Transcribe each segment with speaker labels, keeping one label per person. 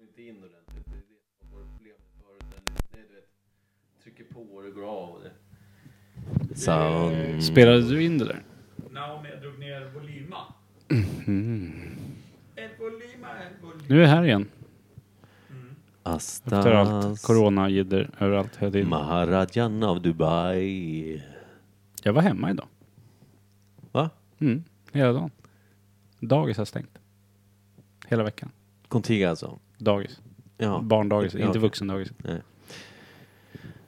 Speaker 1: inte in ordentligt. Det är det som har varit problemet förut. Men det- Nej, du vet. Trycker på och det går av. Och det.
Speaker 2: Sound.
Speaker 3: Spelade du in det där?
Speaker 4: Naomi, jag drog ner volyma. El volyma, el volyma.
Speaker 3: Mhm. Nu är jag här igen. Eh, Efter allt
Speaker 2: Astas.
Speaker 3: corona-jidder överallt hela tiden.
Speaker 2: Maharajan av Dubai.
Speaker 3: Jag var hemma idag.
Speaker 2: Va?
Speaker 3: Mm, hela dagen. Dagis har stängt. Hela veckan.
Speaker 2: Contiga alltså?
Speaker 3: Dagis.
Speaker 2: Ja.
Speaker 3: Barndagis,
Speaker 2: Ja,
Speaker 3: inte
Speaker 2: okej.
Speaker 3: vuxendagis.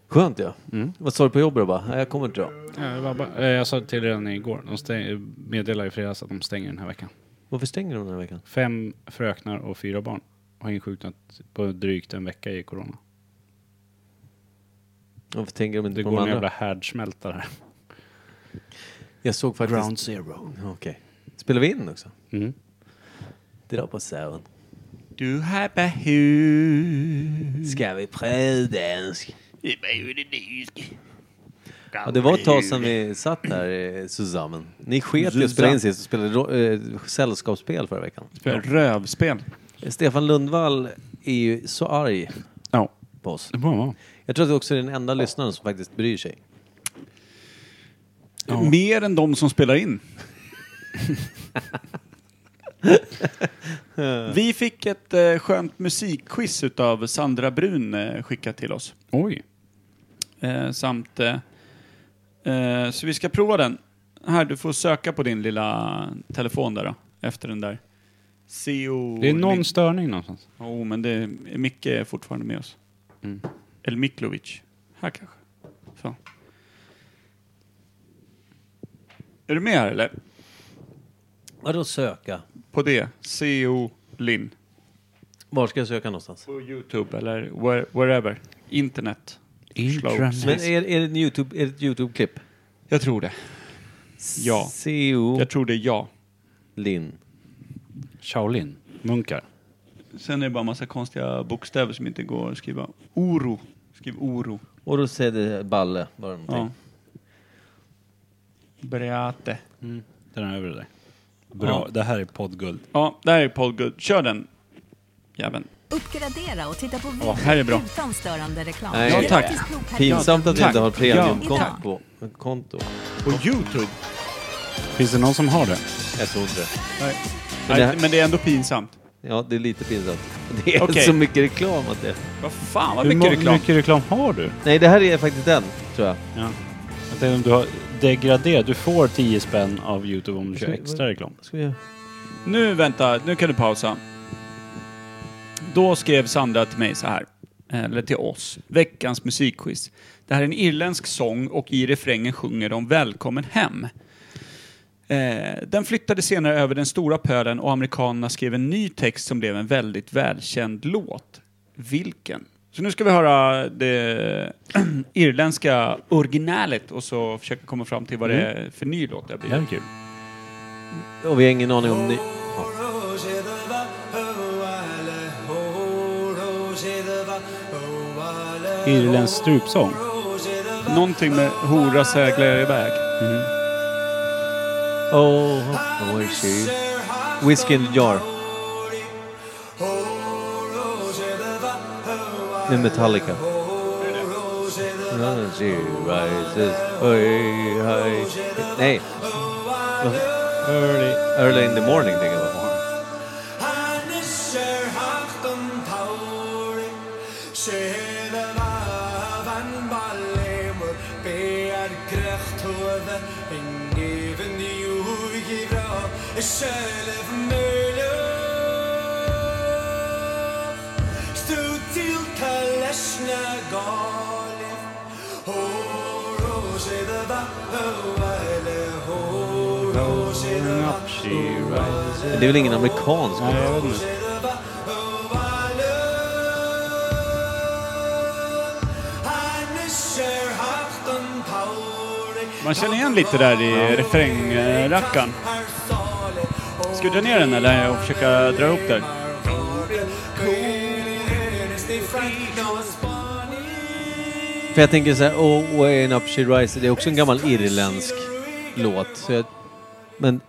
Speaker 2: Skönt ja.
Speaker 3: Mm.
Speaker 2: Vad sa du på jobbet då? bara? Nej, Jag kommer inte då.
Speaker 3: Ja, det var bara, eh, jag sa till redan igår, de stäng, meddelade i fredags att de stänger den här veckan.
Speaker 2: Varför stänger de den här veckan?
Speaker 3: Fem fröknar och fyra barn har insjuknat på drygt en vecka i corona.
Speaker 2: Varför tänker de inte
Speaker 3: Det
Speaker 2: på
Speaker 3: går
Speaker 2: de
Speaker 3: en
Speaker 2: andra?
Speaker 3: jävla härdsmälta här.
Speaker 2: Jag såg faktiskt...
Speaker 3: zero.
Speaker 2: Okej. Spelar vi in också?
Speaker 3: Mm.
Speaker 2: Dra på sound. Du har behov. Ska vi pröva dansk? Ja, det var ett tag sedan vi satt här eh, tillsammans. Ni sket ju att spela in sist och spelade ro- eh, sällskapsspel förra veckan.
Speaker 5: Spelar Rövspel.
Speaker 2: Stefan Lundvall är ju så arg
Speaker 3: Ja,
Speaker 2: på oss.
Speaker 3: det var man.
Speaker 2: Jag tror att det också är den enda lyssnaren som faktiskt bryr sig.
Speaker 5: Mer än de som spelar in. Vi fick ett eh, skönt musikquiz utav Sandra Brun eh, skickat till oss.
Speaker 3: Oj.
Speaker 5: Eh, samt, eh, eh, så vi ska prova den. Här, du får söka på din lilla telefon där då, efter den där. CO...
Speaker 3: Det är någon störning någonstans.
Speaker 5: Jo, men det är, Micke är fortfarande med oss.
Speaker 3: Mm.
Speaker 5: Eller Miklovic. Här kanske. Så. Är du med här eller?
Speaker 2: Vadå söka?
Speaker 5: På det? CO Linn.
Speaker 2: Var ska jag söka någonstans?
Speaker 5: På Youtube eller where, wherever. Internet. Slow.
Speaker 2: Men är, är det en YouTube, är det ett YouTube-klipp?
Speaker 5: Jag tror det. Ja.
Speaker 2: CO
Speaker 5: Jag tror det är ja.
Speaker 2: Linn.
Speaker 3: Shaolin. Munkar.
Speaker 5: Sen är det bara massa konstiga bokstäver som inte går att skriva. Oro. Skriv oro.
Speaker 2: Och då säger det Balle. Var det
Speaker 5: Ja.
Speaker 2: någonting?
Speaker 5: Breate.
Speaker 3: Den är över det där. Bra, det här är poddguld.
Speaker 5: Ja, där är Paul Good. Kör den. Jäveln.
Speaker 6: Uppgradera och titta på video
Speaker 5: här är bra.
Speaker 6: utan störande reklam.
Speaker 2: Nej. Ja,
Speaker 5: tack.
Speaker 6: Gratis provperiod.
Speaker 2: Pinsamt att vi
Speaker 5: Tack.
Speaker 2: inte har
Speaker 6: Ja.
Speaker 2: premiumkonto. Konto.
Speaker 5: På Youtube?
Speaker 3: Finns det någon som har det?
Speaker 2: Jag tror inte det.
Speaker 5: Nej.
Speaker 2: Men
Speaker 5: Men,
Speaker 2: det
Speaker 5: det
Speaker 2: här-
Speaker 5: men det är ändå pinsamt.
Speaker 2: Ja, det är lite pinsamt. Det är
Speaker 5: Okej.
Speaker 2: så mycket reklam att det...
Speaker 5: Vad fan vad
Speaker 3: Hur
Speaker 5: mycket
Speaker 3: mycket
Speaker 5: reklam.
Speaker 3: mycket reklam har du?
Speaker 2: Nej, det här är faktiskt den, tror jag.
Speaker 3: Ja. Jag tänkte om du har degraderat. Du får 10 spänn av Youtube om du kör extra reklam.
Speaker 2: Vad ska vi göra?
Speaker 5: Nu vänta, nu kan du pausa. Då skrev Sandra till mig så här, eller till oss, veckans musikquiz. Det här är en irländsk sång och i refrängen sjunger de Välkommen hem. Eh, den flyttade senare över den stora pölen och amerikanerna skrev en ny text som blev en väldigt välkänd låt. Vilken? Så nu ska vi höra det irländska originalet och så försöka komma fram till vad det är för ny låt det
Speaker 3: Det här
Speaker 5: blir.
Speaker 3: är kul.
Speaker 2: Och vi har ingen aning om... Ni...
Speaker 3: Irländsk strupsång.
Speaker 5: Någonting med Hora seglar iväg.
Speaker 2: Oh, oh, where she... Whiskey in the jar. Med Metallica. Oh, she rises way high. Nej. Early, early in the morning, tänker jag. Men Det är väl ingen amerikansk?
Speaker 3: Nej, jag vet inte.
Speaker 5: Man känner igen lite där i refrängrackan. Ska du dra ner den eller och försöka dra upp där?
Speaker 2: För jag tänker så här, Oh, way and up she rises. Det är också en gammal irländsk låt. Så jag, men...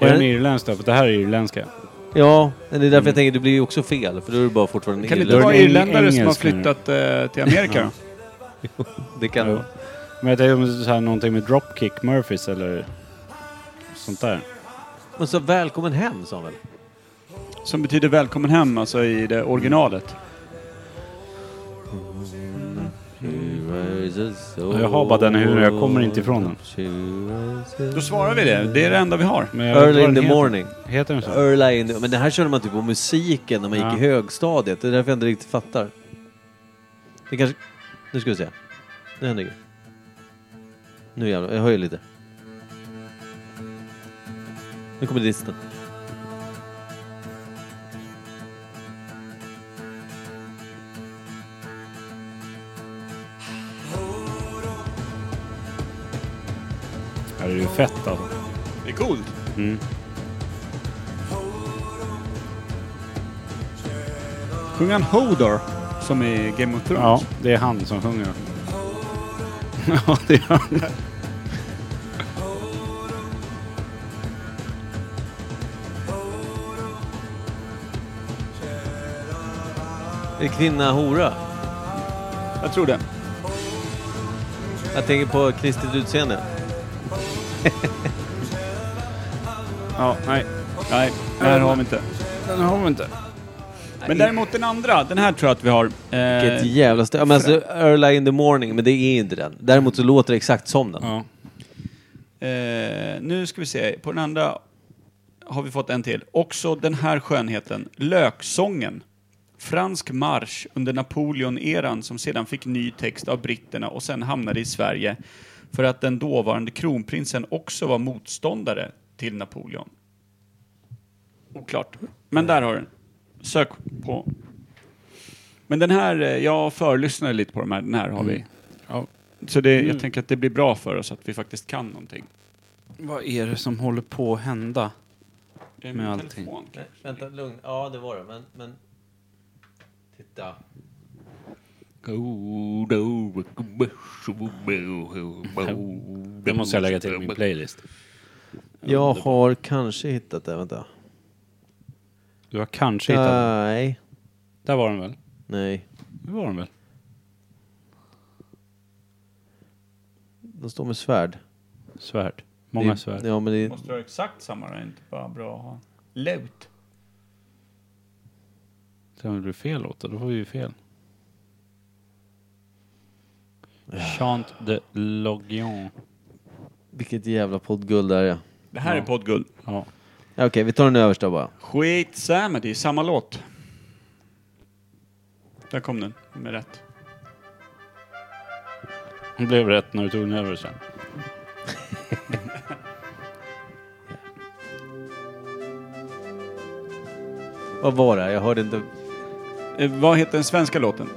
Speaker 3: Är den irländsk då? För det här är irländska.
Speaker 2: Ja, men det är därför
Speaker 3: Mm.
Speaker 2: jag tänker det blir ju också fel. För då är det bara fortfarande
Speaker 5: Kan det inte
Speaker 2: irländare.
Speaker 5: vara
Speaker 3: Eng-
Speaker 5: irländare som har
Speaker 3: engelsk nu.
Speaker 5: flyttat eh, till Amerika då?
Speaker 2: Det kan
Speaker 3: Jo. Men jag tänker om det är så här någonting med Dropkick Murphys eller sånt där.
Speaker 2: Men så välkommen hem Samuel.
Speaker 5: Som betyder välkommen hem alltså i det originalet.
Speaker 3: Jag har bara den i huvudet, jag kommer inte ifrån den.
Speaker 5: Då svarar vi det. Det är det enda vi har.
Speaker 3: Men jag vet
Speaker 2: Early
Speaker 3: vad
Speaker 2: in
Speaker 3: den
Speaker 2: the
Speaker 3: heter.
Speaker 2: morning.
Speaker 3: Heter den så?
Speaker 2: Early in the, men det här körde man typ på musiken när man
Speaker 3: Ja.
Speaker 2: gick i högstadiet. Det är därför jag inte riktigt fattar. Det kanske... Nu ska vi se. Nu händer det. Nu jävlar, jag höjer lite. Nu kommer disten.
Speaker 3: Ja, det är ju fett alltså.
Speaker 5: Det är coolt.
Speaker 3: Mm.
Speaker 5: Sjunger han Hodor? Som i Game of
Speaker 3: Ja,
Speaker 5: Thrones?
Speaker 3: det är han som sjunger. ja, det gör han.
Speaker 2: Är kvinna hora?
Speaker 5: Jag tror det.
Speaker 2: Jag tänker på kristet utseende.
Speaker 3: Ja, nej.
Speaker 5: Nej, det här har vi inte.
Speaker 3: Den har vi inte.
Speaker 5: Men däremot den andra. Den här tror jag att vi har. Eh,
Speaker 2: Vilket jävla stö- ja, men alltså, Early in the morning, men det är inte den. Däremot så låter det exakt som den.
Speaker 3: Ja.
Speaker 5: eh, nu ska vi se. På den andra har vi fått en till. Också den här skönheten. Löksången. Fransk marsch under Napoleon-eran som sedan fick ny text av britterna och sen hamnade i Sverige för att den dåvarande kronprinsen också var motståndare till Napoleon. Oklart. Men där har du den. Sök på. Men den här, eh, jag förlyssnade lite på de här. Den här har vi.
Speaker 3: Ja.
Speaker 5: Så det, jag tänker att det blir bra för oss att vi faktiskt kan någonting.
Speaker 3: Vad är det som håller på att hända?
Speaker 5: Det är
Speaker 3: Med
Speaker 5: min
Speaker 3: allting.
Speaker 5: telefon.
Speaker 2: Vänta, lugn. Ja, det var det. Men, men... Titta.
Speaker 3: Det måste jag lägga till min playlist.
Speaker 2: Jag har kanske hittat det. Vänta.
Speaker 3: Du har kanske hittat den.
Speaker 2: Nej.
Speaker 3: Där var den väl?
Speaker 2: Nej.
Speaker 3: Där var den väl?
Speaker 2: De står med svärd.
Speaker 3: Svärd. Många
Speaker 2: det,
Speaker 3: svärd.
Speaker 2: Ja, men det,
Speaker 5: Måste vara exakt samma, det är inte bara bra att ha. Lut.
Speaker 3: Sen om det blir fel låt då får vi ju fel. Chant de Logion.
Speaker 2: vilket jävla poddguld det här är.
Speaker 5: Det här är poddguld.
Speaker 3: Ja.
Speaker 2: Ja, Okej, vi tar den översta bara.
Speaker 5: Skitsamma, det är samma låt. Där kom den, med rätt.
Speaker 3: Det blev rätt när du tog den över sen.
Speaker 2: Vad var det? här? Jag hörde inte.
Speaker 5: Eh, vad heter den svenska låten?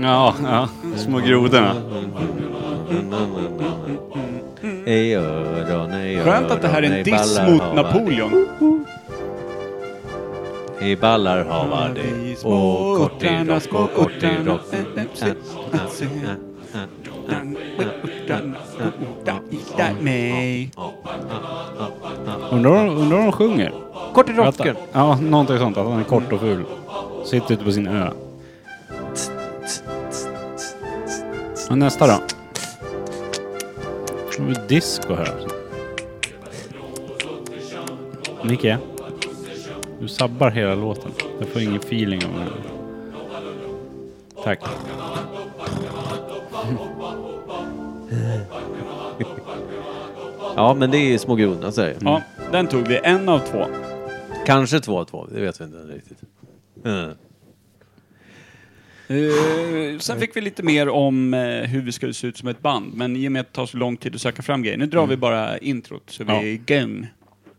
Speaker 3: Ja, ja. Små grodorna.
Speaker 2: I öron, i
Speaker 5: Skönt att det här är
Speaker 2: öron,
Speaker 5: en
Speaker 2: i
Speaker 5: diss
Speaker 2: ballar
Speaker 5: mot
Speaker 2: hava
Speaker 5: Napoleon.
Speaker 2: det. I ballar hava
Speaker 5: I
Speaker 2: det.
Speaker 5: små
Speaker 2: Och kort i
Speaker 5: örtarna,
Speaker 2: rock
Speaker 5: Mm. små
Speaker 2: och kort i
Speaker 5: örtarna,
Speaker 2: rock.
Speaker 5: ä, ä, se, ä, se. Där mig.
Speaker 3: Undrar undrar om de sjunger?
Speaker 2: Kort i
Speaker 3: Vänta.
Speaker 2: rocken.
Speaker 3: Ja, någonting sånt. Att han är kort och ful. Sitter ute på sin ö. Och nästa då? Nu är det disco här. Nicke. Du sabbar hela låten. Jag får ingen feeling av den. Tack.
Speaker 2: Ja, men det är små grodorna så är det.
Speaker 5: Ja, den tog vi. En av två.
Speaker 2: Kanske två av två, det vet vi inte riktigt. Mm.
Speaker 5: Eh, sen fick vi lite mer om eh, hur vi skulle se ut som ett band, men i och med att det tar så lång tid att söka fram grejer. Nu drar vi bara introt så vi
Speaker 3: Ja.
Speaker 5: är igång.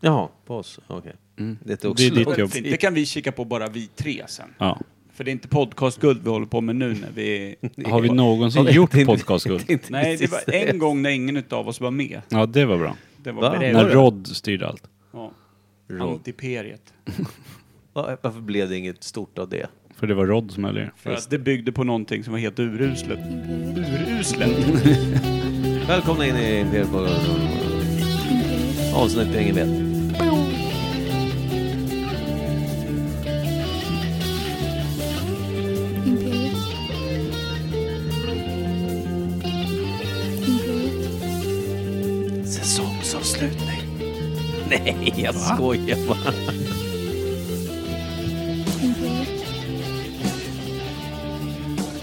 Speaker 2: Jaha, på oss. Okej. Det är
Speaker 3: Det är
Speaker 2: också...
Speaker 3: ditt jobb.
Speaker 5: Fint. Mm. Det kan vi kika på bara vi tre sen.
Speaker 3: Ja.
Speaker 5: För det är inte podcastguld vi håller på med nu när vi...
Speaker 3: Har vi någonsin gjort podcastguld?
Speaker 2: Inte
Speaker 5: Nej, det var
Speaker 2: precis
Speaker 5: en gång när ingen av oss var med.
Speaker 3: Ja, det var bra.
Speaker 5: Det var
Speaker 2: Va?
Speaker 5: beredd.
Speaker 3: När Rod styrde allt.
Speaker 5: Ja.
Speaker 2: Rod.
Speaker 5: Antiperiet.
Speaker 2: Va- Varför blev det inget stort av det?
Speaker 7: För det var Rod som höll i det.
Speaker 5: För att det byggde på någonting som var helt uruslet. Uruslet?
Speaker 2: Välkomna in i Imperiet på Avsnitt ingen vet.
Speaker 8: Imperiet. Imperiet.
Speaker 2: Säsongsavslutning. Nej, jag skojar bara.
Speaker 8: Imperiet.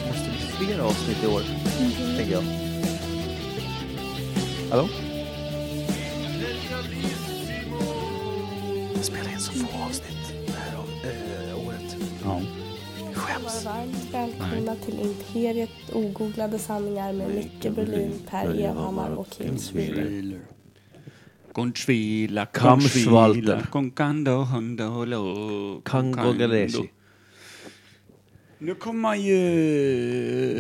Speaker 2: Måste bli fler avsnitt i år,
Speaker 8: Imperiet.
Speaker 2: tänker jag. Hallå? Jag spelar in så få avsnitt det här av, eh, året.
Speaker 7: Ja.
Speaker 9: Ni var varmt välkomna till Imperiet ogooglade sanningar med Micke Berlin, Per Evhammar och Kim Schwiler.
Speaker 5: Conchvila,
Speaker 2: Kamschwalter.
Speaker 5: conchvila, concando, hundolo,
Speaker 2: Kango
Speaker 5: concando.
Speaker 2: Galeshi.
Speaker 5: Nu kommer man ju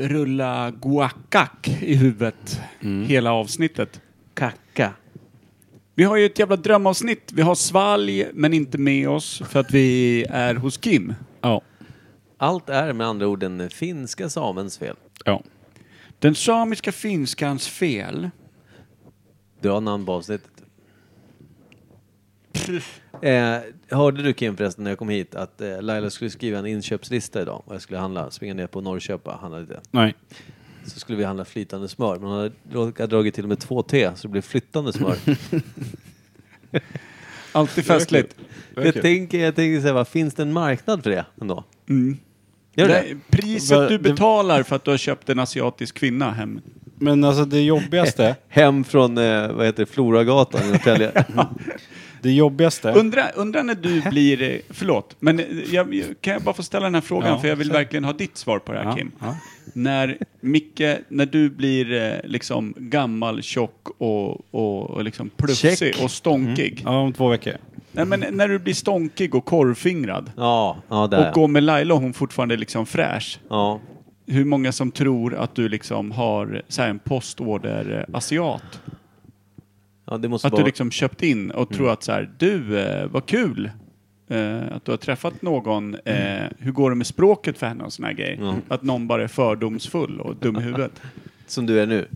Speaker 5: rulla guacac i huvudet
Speaker 3: Mm.
Speaker 5: hela avsnittet.
Speaker 2: Kacka.
Speaker 5: Vi har ju ett jävla drömavsnitt. Vi har svalg, men inte med oss för att vi är hos Kim.
Speaker 7: Ja.
Speaker 2: Allt är med andra ord den finska samens fel.
Speaker 7: ja.
Speaker 5: Den samiska finskans fel.
Speaker 2: Dra namn på avsnittet. Eh, hörde du Kim förresten när jag kom hit att eh, Laila skulle skriva en inköpslista idag och jag skulle handla, springa ner på Norrköpa och handla lite.
Speaker 7: Nej.
Speaker 2: Så skulle vi handla flytande smör men hon hade råkat dragit till med två T så det blev flyttande smör.
Speaker 5: Alltid festligt.
Speaker 2: jag, tänker, jag tänker så här, vad finns det en marknad för det ändå? Gör det?
Speaker 5: Mm. Nej, priset du betalar för att du har köpt en asiatisk kvinna hem.
Speaker 3: Men alltså det jobbigaste,
Speaker 2: Hem från, eh, vad heter det, Floragatan i Norrtälje.
Speaker 3: det jobbigaste,
Speaker 5: Undra, undra när du blir... eh, Förlåt, men eh, jag, jag- kan jag bara få ställa den här frågan?
Speaker 7: Ja,
Speaker 5: för jag vill
Speaker 7: kör.
Speaker 5: verkligen ha ditt svar på det här,
Speaker 7: Ja,
Speaker 5: Kim.
Speaker 7: ja.
Speaker 5: När Micke, när du blir eh, liksom gammal, tjock och, och, och liksom plufsig
Speaker 2: Check.
Speaker 5: och stånkig.
Speaker 3: ja, om två veckor.
Speaker 5: Nej, men när du blir stånkig och korvfingrad
Speaker 2: Ja, ja där
Speaker 5: och
Speaker 2: ja.
Speaker 5: går med Laila och hon fortfarande är liksom fräsch.
Speaker 2: ja.
Speaker 5: Hur många som tror att du liksom har så här, en postorder eh, asiat?
Speaker 2: ja, det måste
Speaker 5: Att du
Speaker 2: vara...
Speaker 5: liksom köpt in och
Speaker 2: Mm.
Speaker 5: tror att så här, du, eh, vad kul eh, att du har träffat någon.
Speaker 2: Mm.
Speaker 5: Eh, hur går det med språket för henne och såna här grejer? Att någon bara är fördomsfull och dum i huvudet.
Speaker 2: Som du är nu.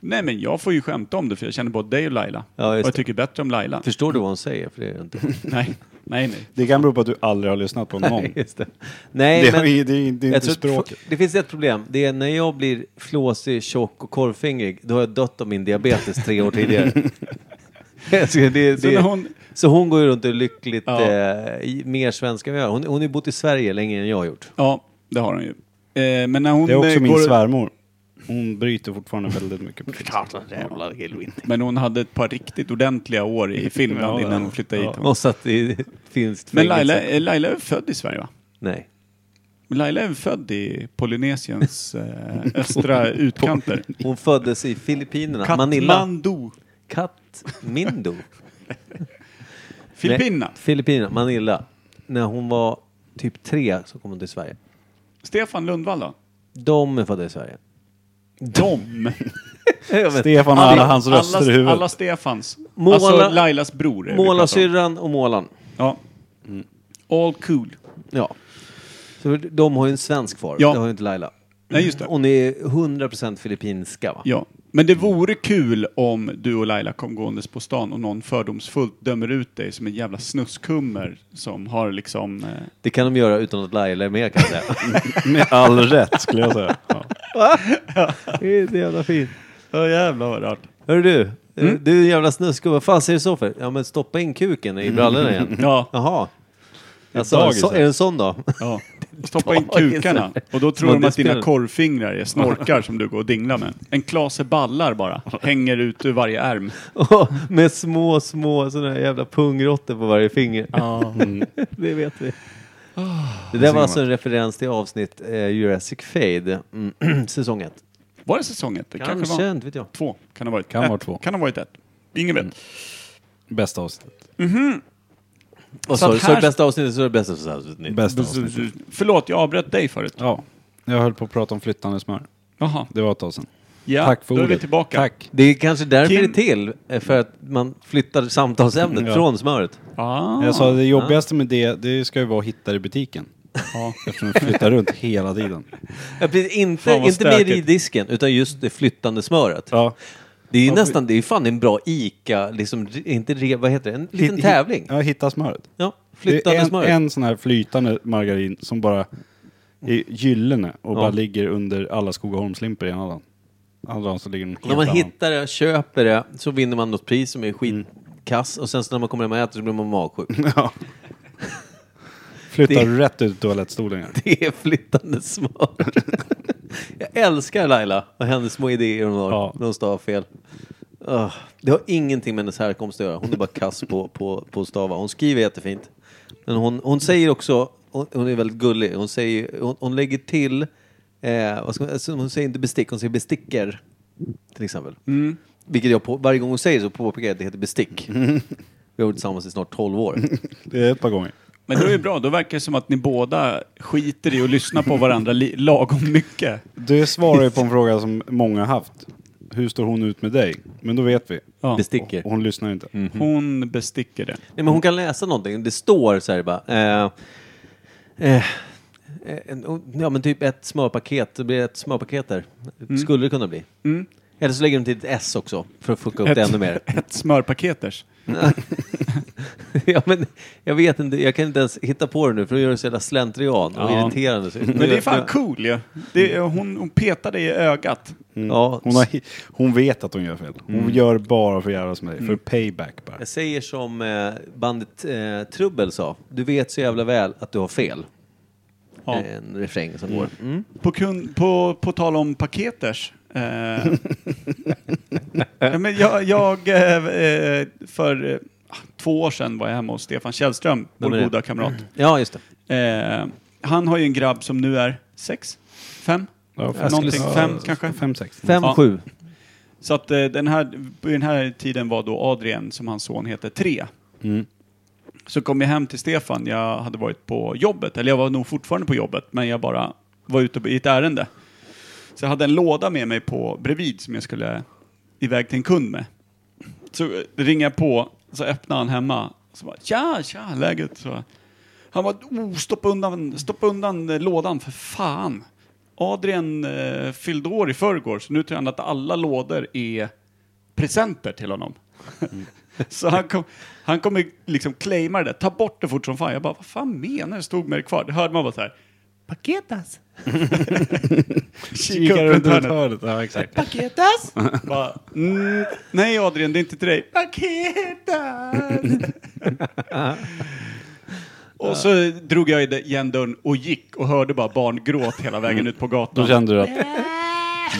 Speaker 5: Nej men jag får ju skämta om det för jag känner både dig och Laila.
Speaker 2: Ja,
Speaker 5: och
Speaker 2: just
Speaker 5: jag
Speaker 2: det.
Speaker 5: tycker bättre om Laila.
Speaker 2: Förstår du vad hon säger? För det är det inte.
Speaker 5: Nej, nej, nej.
Speaker 3: Det kan bero på att du aldrig har lyssnat på någon.
Speaker 2: Nej, just det. Nej,
Speaker 3: det,
Speaker 2: men...
Speaker 3: har ju- det är ju- det är
Speaker 2: Jag
Speaker 3: inte
Speaker 2: tror att
Speaker 3: språket.
Speaker 2: Det finns ett problem. Det är när jag blir flåsig, tjock och korvfingrig, då har jag dött av min diabetes tre år tidigare. Alltså, det, det,
Speaker 5: Så när hon,
Speaker 2: så hon går ju runt och är lyckligt
Speaker 5: Ja.
Speaker 2: eh, i- mer svensk än vad jag är. Hon, hon har ju bott i Sverige längre än jag har gjort.
Speaker 5: ja, det har hon ju. Eh, men när hon
Speaker 3: Det är också
Speaker 5: eh,
Speaker 3: min
Speaker 5: går-
Speaker 3: svärmor. Hon bryter fortfarande väldigt mycket på finska.
Speaker 5: Men hon hade ett par riktigt ordentliga år i Finland
Speaker 3: Ja,
Speaker 5: innan
Speaker 3: ja.
Speaker 5: hon flyttade hit.
Speaker 2: Och satt i finskt
Speaker 5: Men
Speaker 2: fängelse.
Speaker 5: Laila, eh, Laila är född i Sverige va?
Speaker 2: Nej.
Speaker 5: Laila är född i Polynesiens eh, östra utkanter.
Speaker 2: Hon föddes i Filippinerna, Manila.
Speaker 5: Katmandu.
Speaker 2: Katmindu.
Speaker 5: Filippinerna.
Speaker 2: Nej, Filippinerna, Manila. När hon var typ tre så kom hon till Sverige.
Speaker 5: Stefan Lundvall då?
Speaker 2: De är födda i Sverige.
Speaker 5: Dom.
Speaker 2: Jag vet.
Speaker 3: Stefan och alla hans röster
Speaker 5: alla,
Speaker 3: i huvudet.
Speaker 5: alla Stefans.
Speaker 2: Måla-
Speaker 5: alltså Lailas bror. är det vi pratar om.
Speaker 2: Målarsyrran och målan.
Speaker 5: Ja. All cool.
Speaker 2: Ja. Så de har ju en svensk far,
Speaker 5: Ja.
Speaker 2: det har ju inte Laila.
Speaker 5: Nej, just det.
Speaker 2: Hon är 100% filippinska va?
Speaker 5: Ja. Men det vore kul om du och Laila kom gåendes på stan och någon fördomsfullt dömer ut dig som en jävla snuskummer som har liksom... Eh,
Speaker 2: Det kan de göra utan att Laila är med kan jag säga.
Speaker 3: Med all rätt skulle jag säga. Ja.
Speaker 2: det är så jävla fint.
Speaker 5: ja jävlar vad rart.
Speaker 2: Hörru du,
Speaker 5: Mm.
Speaker 2: eh, du är en jävla snuskgubbe, vad fan ser du så för? Ja men stoppa in kuken i brallorna igen.
Speaker 5: Ja.
Speaker 2: Jaha. Alltså,
Speaker 3: dagis,
Speaker 2: så, är
Speaker 3: ja.
Speaker 2: det en sån då?
Speaker 5: Ja. Stoppa in kukarna. Och då tror
Speaker 2: Som
Speaker 5: de att
Speaker 2: display.
Speaker 5: dina korvfingrar är snorkar som du går och dinglar med. En klase ballar bara. Hänger ut ur varje ärm.
Speaker 2: Och med små, små sådana här jävla pungråttor på varje finger. Mm. det vet vi. Ah. Det där var alltså en referens till avsnitt eh, Jurassic Fade, mm, säsong 1.
Speaker 5: Var det säsong ett? Det
Speaker 2: Kanske,
Speaker 5: var
Speaker 2: inte vet jag.
Speaker 5: två. Kan ha varit
Speaker 7: Kan
Speaker 5: ett.
Speaker 7: vara två.
Speaker 5: Kan ha varit ett. Ingen vet.
Speaker 3: Bästa avsnitt.
Speaker 2: Och
Speaker 5: Så
Speaker 2: så,
Speaker 5: att
Speaker 2: så är det
Speaker 5: här-
Speaker 2: bästa avsnittet så är det bästa avsnittet.
Speaker 3: Bästa avsnitt.
Speaker 5: Förlåt, jag avbröt dig förut.
Speaker 3: Mm. Ja. Jag höll på att prata om flyttande smör.
Speaker 5: Jaha.
Speaker 3: Det var ett tag sedan.
Speaker 5: Ja,
Speaker 3: Tack för
Speaker 5: då är vi
Speaker 3: ordet.
Speaker 5: tillbaka.
Speaker 3: Tack.
Speaker 2: Det är kanske därför
Speaker 5: Kim-
Speaker 2: det är till, eh, för att man flyttar samtalsämnet
Speaker 3: Ja.
Speaker 2: från smöret.
Speaker 5: Ah.
Speaker 3: Jag sa det jobbigaste med det, det ska ju vara att hitta det i butiken.
Speaker 7: Ja.
Speaker 3: Eftersom den flyttar runt hela tiden.
Speaker 2: Ja, precis, inte
Speaker 7: Fan, vad
Speaker 2: inte mer i
Speaker 7: stökigt.
Speaker 2: disken, utan just det flyttande smöret.
Speaker 3: Ja.
Speaker 2: Det är ju nästan, det är ju fan en bra ICA, liksom, re- inte re, vad heter det, en liten
Speaker 3: Hit- hit-
Speaker 2: tävling.
Speaker 3: Ja, hitta smöret.
Speaker 2: Ja,
Speaker 3: det
Speaker 2: flyttande
Speaker 3: är en,
Speaker 2: smöret.
Speaker 3: en sån här flytande margarin som bara är gyllene och bara ligger under alla Skogaholmslimpor i ena dagen. Andra dagen så ligger den helt
Speaker 2: När man
Speaker 3: annan.
Speaker 2: hittar det, köper det, så vinner man något pris som är skitkass
Speaker 3: Mm.
Speaker 2: och sen så när man kommer hem och äter så blir man magsjuk.
Speaker 3: Ja. Flyttar
Speaker 2: Det-
Speaker 3: rätt ut ur toalettstolen. här.
Speaker 2: Det är flyttande smör. Jag älskar Laila och hennes små idéer hon har
Speaker 3: Ja.
Speaker 2: när hon stavar fel. Ah, det har ingenting med hennes härkomst att göra. Hon är bara kass på, på, på att stava. Hon skriver jättefint. Men hon, hon säger också, hon, hon är väldigt gullig, hon, säger, hon, hon lägger till, eh, vad ska man, alltså hon säger inte bestick, hon säger besticker. Till exempel. Vilket jag på, varje gång hon säger så påpekar jag att det heter bestick. Vi har varit tillsammans i snart 12 år.
Speaker 3: Det är ett par gånger.
Speaker 5: Men då är det bra, då verkar det som att ni båda skiter i att lyssna på varandra li- lagom mycket.
Speaker 2: Mhm.
Speaker 3: Du svarar ju på en fråga som många har haft. Hur står hon ut med dig? Men då vet vi.
Speaker 5: Ja.
Speaker 2: Besticker.
Speaker 3: Och hon lyssnar inte.
Speaker 2: Mm.
Speaker 5: Hon besticker det.
Speaker 2: Nej, men hon kan läsa någonting. Det står så här bara. Eh, eh, en, ja, men typ ett smörpaket. Det blir ett smörpaket där.
Speaker 5: Mm.
Speaker 2: Skulle det kunna bli. Eller så lägger de till ett S också för att fucka upp det ännu mer.
Speaker 5: ett smörpaketers.
Speaker 2: ja, men jag vet inte. Jag kan inte ens hitta på det nu för då gör det så jävla slentrian och
Speaker 5: Ja.
Speaker 2: irriterande. Så-
Speaker 5: Men det är fan cool ju. Det är, hon, hon petar dig i ögat.
Speaker 2: Mm. Ja,
Speaker 3: Hon, har, hon vet att hon gör fel. Hon gör bara för att jävlas med dig. För payback bara.
Speaker 2: Mm. Jag säger som eh, bandet eh, Trubbel sa. Du vet så jävla väl att du har fel.
Speaker 5: Ja.
Speaker 2: En refräng som går. Mm.
Speaker 5: På, kun, på, på tal om paketers. Eh, ja, men jag, jag eh, eh, för eh, två år sedan var jag hemma hos Stefan Källström,
Speaker 2: Vem är
Speaker 5: vår
Speaker 2: det?
Speaker 5: goda kamrat.
Speaker 2: Ja, just det.
Speaker 5: Eh, han har ju en grabb som nu är sex, fem,
Speaker 3: Ja,
Speaker 2: skulle
Speaker 5: någonting,
Speaker 2: säga-
Speaker 5: fem kanske.
Speaker 3: Fem, sex.
Speaker 2: Fem,
Speaker 5: Ja.
Speaker 2: sju.
Speaker 5: Så att eh, den här, på den här tiden var då Adrian, som hans son heter, tre. Så kom jag hem till Stefan, jag hade varit på jobbet, eller jag var nog fortfarande på jobbet, men jag bara var ute i ett ärende. Så jag hade en låda med mig på bredvid som jag skulle iväg till en kund med. Så eh, ringer jag på, så öppnar han hemma. Så bara, tja, tja, läget? Så, han bara, oh, stoppa undan, stoppa undan eh, lådan för fan. Adrian eh, fyllde år i förrgår, så nu tror han att alla lådor är presenter till honom. så han, kom, han kommer liksom claima det där, ta bort det fort som fan. Jag bara, vad fan menar du? Stod med det kvar. Det hörde man bara så här, paketas. Kika upp
Speaker 3: Kikar runt
Speaker 5: runt hörnet.
Speaker 3: hörnet. Ja, exakt.
Speaker 5: Paketas! Bara, mm, nej Adrian, det är inte till dig. Paketas! och så drog jag igen dörren och gick och hörde bara barngråt hela vägen ut på
Speaker 3: Då
Speaker 5: gatan.
Speaker 3: kände du att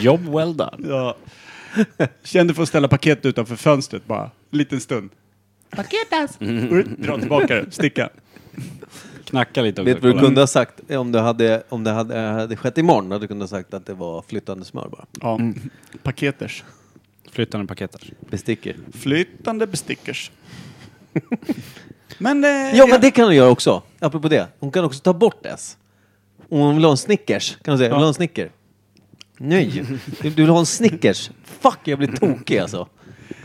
Speaker 3: jobb well done.
Speaker 5: Ja. Kände för att ställa paketet utanför fönstret bara, en liten stund. Paketas! Och Dra tillbaka det, sticka.
Speaker 3: Knacka lite också.
Speaker 2: Vet du vad du
Speaker 3: kolla.
Speaker 2: kunde ha sagt om det hade, om det hade, eh, hade skett imorgon? Hade du kunnat ha sagt att det var flyttande smör bara.
Speaker 5: Ja. Paketers.
Speaker 3: Flyttande paketer.
Speaker 2: Besticker.
Speaker 5: Flytande bestickers. men... Eh,
Speaker 2: Ja, men det kan hon göra också. Apropå det. Hon kan också ta bort S. Om hon vill ha en Snickers kan hon säga. Jag vill ha en Snicker. Nej, du du vill ha en Snickers. Fuck, jag blir tokig alltså.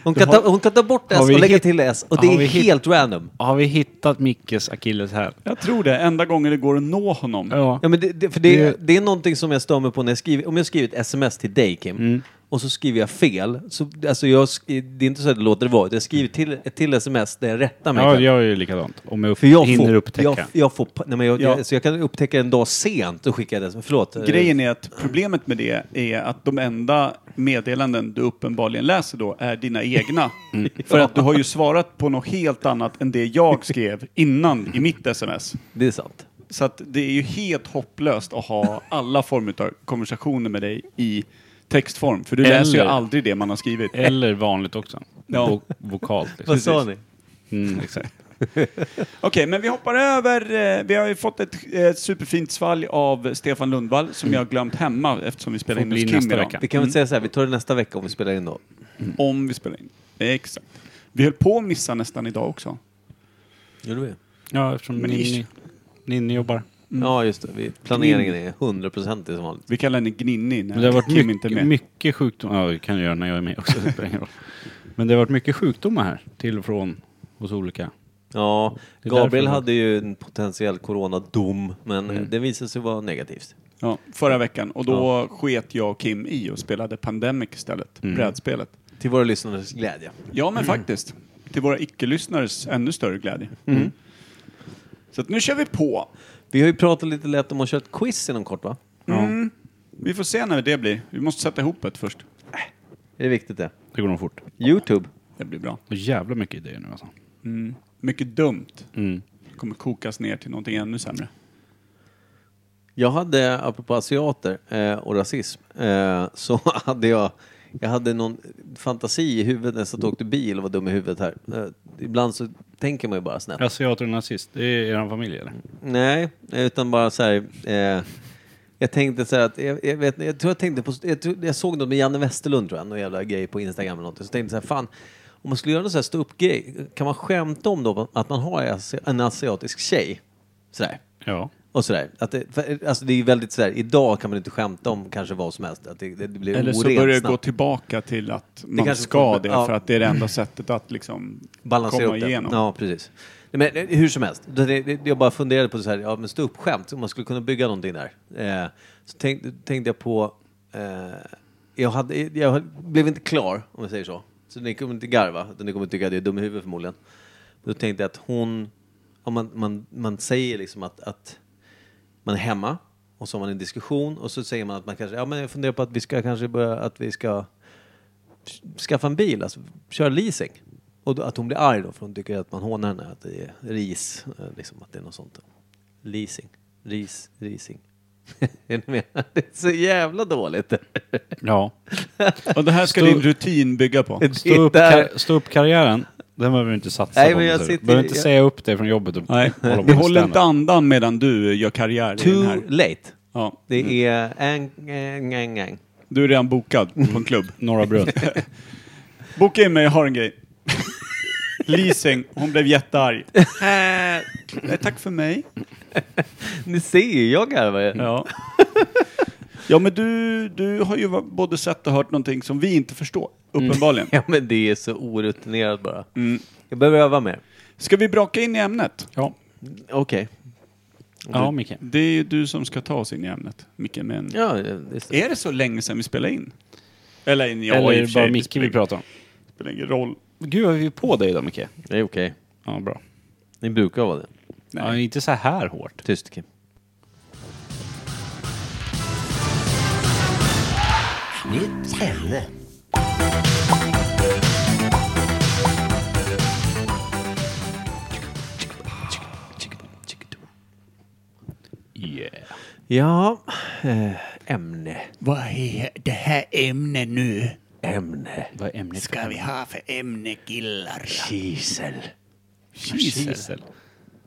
Speaker 2: Hon kan, ta, hon kan ta bort S
Speaker 3: Har
Speaker 2: och
Speaker 3: vi
Speaker 2: lägga
Speaker 3: hit-
Speaker 2: till S och det
Speaker 3: Har
Speaker 2: är
Speaker 3: vi hit-
Speaker 2: helt random.
Speaker 3: Har vi hittat Mickes akilleshäl?
Speaker 5: Jag tror det, enda gången det går att nå honom.
Speaker 3: Ja.
Speaker 2: Ja, men det, det, för det, det...
Speaker 3: Det-
Speaker 2: är någonting som jag stör mig på när jag skriver, om jag skriver ett sms till dig Kim, och så skriver jag fel, så, alltså jag, sk- det är inte så att jag låter det vara, utan jag skriver till, ett till sms där jag rättar mig.
Speaker 3: Ja,
Speaker 2: själv.
Speaker 3: jag är ju likadant. Om jag, upp,
Speaker 2: för jag
Speaker 3: hinner
Speaker 2: får,
Speaker 3: upptäcka.
Speaker 2: Jag, jag, får, pa- nej, men jag,
Speaker 5: Ja.
Speaker 2: jag, så jag kan upptäcka en dag sent och skicka det. som- Förlåt. eh,
Speaker 5: Grejen är att problemet med det är att de enda meddelanden du uppenbarligen läser då är dina egna.
Speaker 3: Mm.
Speaker 5: För att du har ju svarat på något helt annat än det jag skrev innan i mitt sms.
Speaker 2: Det är sant.
Speaker 5: Så att det är ju helt hopplöst att ha alla former av konversationer med dig i textform. För du läser ju
Speaker 3: Eller- Eh.
Speaker 5: aldrig det man har skrivit.
Speaker 3: Eller vanligt också.
Speaker 5: Ja.
Speaker 3: Vo vokalt. Liksom.
Speaker 2: Vad sa ni?
Speaker 3: Mm, exakt.
Speaker 5: Okej, men vi hoppar över. eh, Vi har ju fått ett eh, superfint svalg av Stefan Lundvall som jag har glömt hemma eftersom vi spelar
Speaker 3: Mm. Får
Speaker 5: in hos
Speaker 3: bli
Speaker 5: Kim
Speaker 3: nästa
Speaker 5: idag.
Speaker 3: vecka.
Speaker 2: Vi kan väl säga så här, vi tar det nästa vecka om vi spelar in då.
Speaker 5: Om vi spelar in. Exakt. Vi höll på att missa nästan idag också.
Speaker 2: Gjorde vi?
Speaker 3: Ja, eftersom
Speaker 5: Men ish.
Speaker 3: Ninni, Ninni jobbar.
Speaker 2: Ja, just det. Vi, planeringen är hundraprocentig som vanligt.
Speaker 5: Vi kallar henne Gninni när
Speaker 3: Men det har varit
Speaker 5: Kim
Speaker 3: mycket,
Speaker 5: inte är med.
Speaker 3: mycket sjukdomar. Ja, det kan jag göra när jag är med också. Det spelar ingen roll. Men det har varit mycket sjukdomar här. Till och från. Hos olika.
Speaker 2: Ja,
Speaker 7: Det är
Speaker 2: Gabriel
Speaker 7: därför-
Speaker 2: hade ju en potentiell coronadom, men det visade sig vara negativt.
Speaker 5: Ja, förra veckan. Och då sket jag och Kim i och spelade Pandemic istället.
Speaker 3: Mm.
Speaker 5: Brädspelet.
Speaker 2: Till våra lyssnares glädje.
Speaker 5: Ja, men faktiskt. Till våra icke-lyssnares ännu större glädje.
Speaker 3: Mm.
Speaker 5: Mm. Så att nu kör vi på.
Speaker 2: Vi har ju pratat lite lätt om att köra ett quiz inom kort, va?
Speaker 5: Vi får se när det blir. Vi måste sätta ihop ett först.
Speaker 2: Det är viktigt det.
Speaker 3: Det går nog fort.
Speaker 2: Youtube.
Speaker 5: Det blir bra.
Speaker 3: Och jävla mycket idéer nu alltså.
Speaker 5: Mycket dumt.
Speaker 3: Mm.
Speaker 5: Kommer kokas ner till någonting ännu sämre.
Speaker 2: Jag hade, apropå asiater eh, och rasism, eh, så hade jag, jag hade någon fantasi i huvudet när jag satt och åkte bil och var dum i huvudet här. Eh, ibland så tänker man ju bara snett.
Speaker 3: Asiater och nazist, det är er familj eller?
Speaker 2: Nej, utan bara så här. Eh, jag tänkte så här att, jag, jag, vet, jag tror jag tänkte på, jag, tror, jag såg något med Janne Westerlund tror jag, någon jävla grej på Instagram eller något. Så tänkte jag så här, fan, om man skulle göra någon sån här ståuppgrej, kan man skämta om då att man har asi- en asiatisk tjej? Sådär.
Speaker 3: Ja.
Speaker 2: Och sådär. Att det, för, alltså det är ju väldigt sådär, idag kan man inte skämta om kanske vad som helst. Att det, det blir
Speaker 5: Eller så
Speaker 2: orent
Speaker 5: börjar det gå
Speaker 2: snabbt.
Speaker 5: tillbaka till att man
Speaker 2: kanske
Speaker 5: ska
Speaker 2: får-
Speaker 5: det
Speaker 2: ja.
Speaker 5: för att det är det enda sättet att liksom
Speaker 2: balansera
Speaker 5: komma
Speaker 2: upp det.
Speaker 5: igenom.
Speaker 2: Ja, precis. Nej, men, eh, hur som helst, det, det, det- jag bara funderade på så här, ja men ståuppskämt, om man skulle kunna bygga någonting där. Eh, så tänk, tänkte jag på, eh, jag, hade, jag blev inte klar om jag säger så. Så ni kommer inte garva, utan ni kommer tycka att jag är dum i huvudet förmodligen. Då tänkte jag att hon, om man, man, man säger liksom att, att man är hemma och så har man en diskussion och så säger man att man kanske, ja men jag funderar på att vi ska kanske börja, att vi ska skaffa en bil, alltså köra leasing. Och då, att hon blir arg då, för hon tycker att man hånar henne, att det är ris, eh, liksom att det är något sånt. Leasing, ris, rising. är ni med? Det är så jävla dåligt.
Speaker 3: Ja.
Speaker 5: Och det här ska
Speaker 3: Stå-
Speaker 5: din rutin bygga på.
Speaker 3: Stå upp,
Speaker 2: Där.
Speaker 3: kar- stå upp karriären, den behöver du inte satsa
Speaker 2: Nej,
Speaker 3: på.
Speaker 2: men
Speaker 3: om
Speaker 2: jag
Speaker 3: du säger.
Speaker 2: sitter-
Speaker 3: behöver inte
Speaker 2: jag-
Speaker 3: säga upp dig från jobbet och
Speaker 5: Nej,
Speaker 3: hålla på
Speaker 5: vi
Speaker 3: med
Speaker 5: håller
Speaker 3: stand-up.
Speaker 5: inte andan medan du gör karriär i den
Speaker 2: Too
Speaker 5: här.
Speaker 2: late.
Speaker 5: Ja, Mm.
Speaker 2: Det är en, en, en, en.
Speaker 5: du är redan bokad på
Speaker 2: Mm.
Speaker 5: en klubb.
Speaker 3: Norra Brunn.
Speaker 5: Boka in mig, jag har en grej. Leasing, hon blev jättearg. Eh, nej, tack för mig.
Speaker 2: Ni ser ju, jag garvar ju.
Speaker 5: Ja. Ja men du, du har ju va- både sett och hört någonting som vi inte förstår, uppenbarligen.
Speaker 2: Ja men det är så orutinerat bara.
Speaker 5: Mm.
Speaker 2: Jag behöver öva mer.
Speaker 5: Ska vi braka in i ämnet?
Speaker 3: Ja,
Speaker 2: Okej.
Speaker 3: ja Micke.
Speaker 5: Det är ju du som ska ta oss in i ämnet, Micke. Men
Speaker 2: Ja, just det.
Speaker 5: är det så länge sedan vi spelade in? Eller in, ja,
Speaker 3: Eller
Speaker 5: i
Speaker 3: är
Speaker 5: och
Speaker 3: det
Speaker 5: för sig,
Speaker 3: bara Micke vi
Speaker 5: spelar-
Speaker 3: pratar om?
Speaker 5: spelar ingen roll.
Speaker 3: Gud, vad är vi på dig idag Micke?
Speaker 2: Det är okej.
Speaker 3: Ja, bra.
Speaker 2: Ni brukar vara det.
Speaker 3: Ja, inte så här hårt.
Speaker 2: Tyst Kim.
Speaker 3: Yeah.
Speaker 2: Ja, eh, ämne.
Speaker 5: Vad är det här ämnet nu?
Speaker 2: Ämne.
Speaker 3: Vad är ämnet?
Speaker 5: Ska vi ha för ämne killar?
Speaker 2: Kisel.
Speaker 5: Kisel. Äh.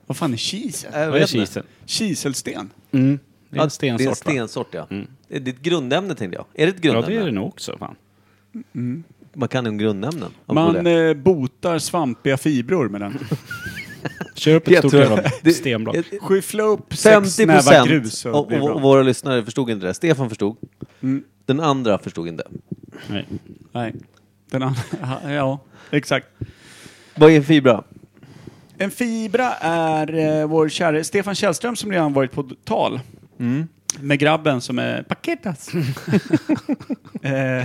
Speaker 5: Vad fan är kisel?
Speaker 2: Jag
Speaker 3: Äh, Vad är
Speaker 2: vet inte.
Speaker 3: kisel?
Speaker 5: Kiselsten?
Speaker 3: Det är en
Speaker 2: Det är en
Speaker 3: stensort va? Mm.
Speaker 2: stensort ja. Det är ett grundämne tänkte jag. Är det ett
Speaker 3: Ja,
Speaker 2: grundämne?
Speaker 3: det är det nog också. Fan.
Speaker 2: Man kan en grundämnen. om
Speaker 5: Man
Speaker 2: det.
Speaker 5: eh, botar svampiga fibror med den.
Speaker 3: Kör upp ett
Speaker 2: Jag
Speaker 3: stort
Speaker 2: tror-
Speaker 3: jävla
Speaker 2: det-
Speaker 3: stenblock.
Speaker 2: ett-
Speaker 5: Skyffla upp sex
Speaker 2: 50
Speaker 5: nävar grus
Speaker 2: procent
Speaker 5: så
Speaker 2: och,
Speaker 5: blir det
Speaker 2: och,
Speaker 5: bra. Mm.
Speaker 2: och våra lyssnare förstod inte det. Stefan förstod. Den andra förstod inte.
Speaker 3: Nej.
Speaker 5: Nej. Den andra, ja, exakt.
Speaker 2: Vad är en fibra?
Speaker 5: En fibra är eh, vår käre Stefan Källström som redan varit på d- tal.
Speaker 3: Mm.
Speaker 5: Med grabben som är paketas. eh,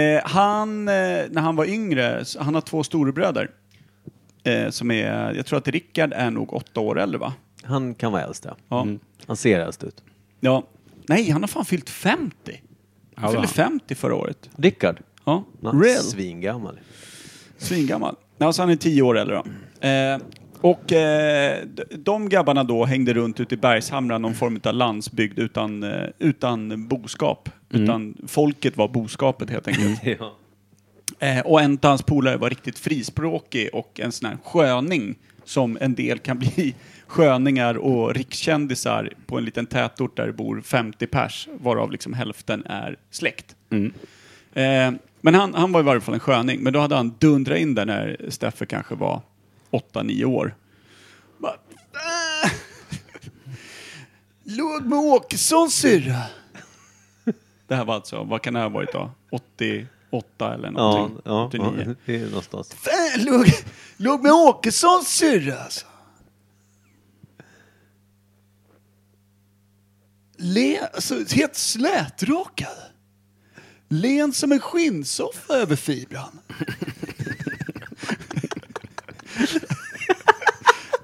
Speaker 5: eh, han, eh, när han var yngre, s- han har två storebröder. Eh, som är, jag tror att Rickard är nog åtta år äldre va?
Speaker 2: Han kan vara äldst ja.
Speaker 5: Ja.
Speaker 2: Han ser äldst ut.
Speaker 5: ja. Nej, han har fan fyllt 50. Han
Speaker 3: Ja,
Speaker 5: fyllde
Speaker 3: va.
Speaker 5: 50 förra året.
Speaker 2: Rickard.
Speaker 5: Ja.
Speaker 2: Han är
Speaker 5: Real.
Speaker 2: Svingammal.
Speaker 5: Svingammal. Alltså han är tio år äldre då. Eh, och eh, d- de grabbarna då hängde runt ute i Bergshamra, någon form av landsbygd utan, eh, utan boskap. Utan folket var boskapet helt enkelt.
Speaker 2: Ja.
Speaker 5: Eh, och en av hans polare var riktigt frispråkig och en sån här sköning som en del kan bli sköningar och rikskändisar på en liten tätort där det bor 50 pers, varav liksom hälften är släkt. Eh, men han, han var i varje fall en sköning, men då hade han dundrat in där när Steffe kanske var 8-9 år. Bara, "Äh, Låg med Åkesson syrra. Det här var alltså, vad kan det här ha varit då? 88 eller
Speaker 2: Ja,
Speaker 5: någonting?
Speaker 2: ja, ja,
Speaker 5: 89.
Speaker 2: det är någonstans.
Speaker 5: Fan, låg,
Speaker 8: Låg med Åkessons syrra alltså. Le, alltså, helt slätrakad. Len som en skinnsoffa över fibran.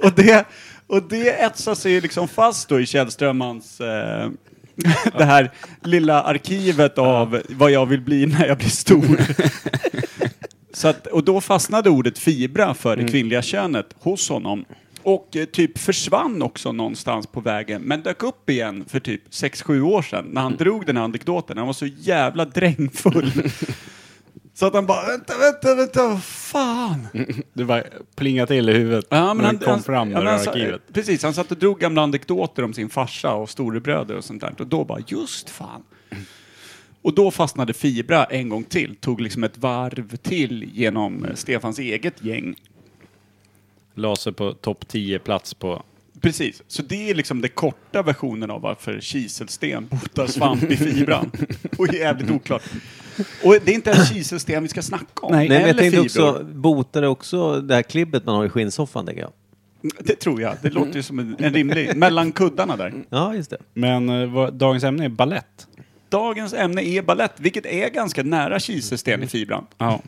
Speaker 5: Och det, och det etsar sig liksom fast då i Källströmmans eh, det här lilla arkivet av vad jag vill bli när jag blir stor. Så att, och då fastnade ordet fibra för det kvinnliga könet hos honom. Och eh, typ försvann också någonstans på vägen, men dök upp igen för typ 6-7 år sedan när han drog den här anekdoten. Han var så jävla drängfull. Så att han bara, vänta, vänta, vänta, vad fan.
Speaker 3: Det bara plingar till i huvudet
Speaker 5: Ja, men
Speaker 3: när
Speaker 5: han,
Speaker 3: han, kom fram
Speaker 5: ja,
Speaker 3: där
Speaker 5: men alltså,
Speaker 3: ur
Speaker 5: han sa-
Speaker 3: arkivet.
Speaker 5: Precis, han satt och drog gamla anekdoter om sin farsa och storebröder och sånt där. Och då bara, just fan. Och då fastnade Fibra en gång till, tog liksom ett varv till genom eh, Stefans eget gäng.
Speaker 7: La sig på topp 10 plats på...
Speaker 5: Precis, så det är liksom den korta versionen av varför kiselsten botar svamp i fibran. Och är jävligt oklart. Och det är inte ens kiselsten vi ska snacka om.
Speaker 2: Nej, men jag
Speaker 5: Eller
Speaker 2: tänkte
Speaker 5: fibror.
Speaker 2: också, botar det också det här klibbet man har i skinnsoffan tänker jag?
Speaker 5: Det tror jag. Det låter ju som en, en rimlig... Mellan kuddarna där.
Speaker 2: Ja, just det.
Speaker 3: Men eh, vad, dagens ämne är ballett.
Speaker 5: Dagens ämne är ballett, vilket är ganska nära kiselsten i fibran.
Speaker 3: Ja.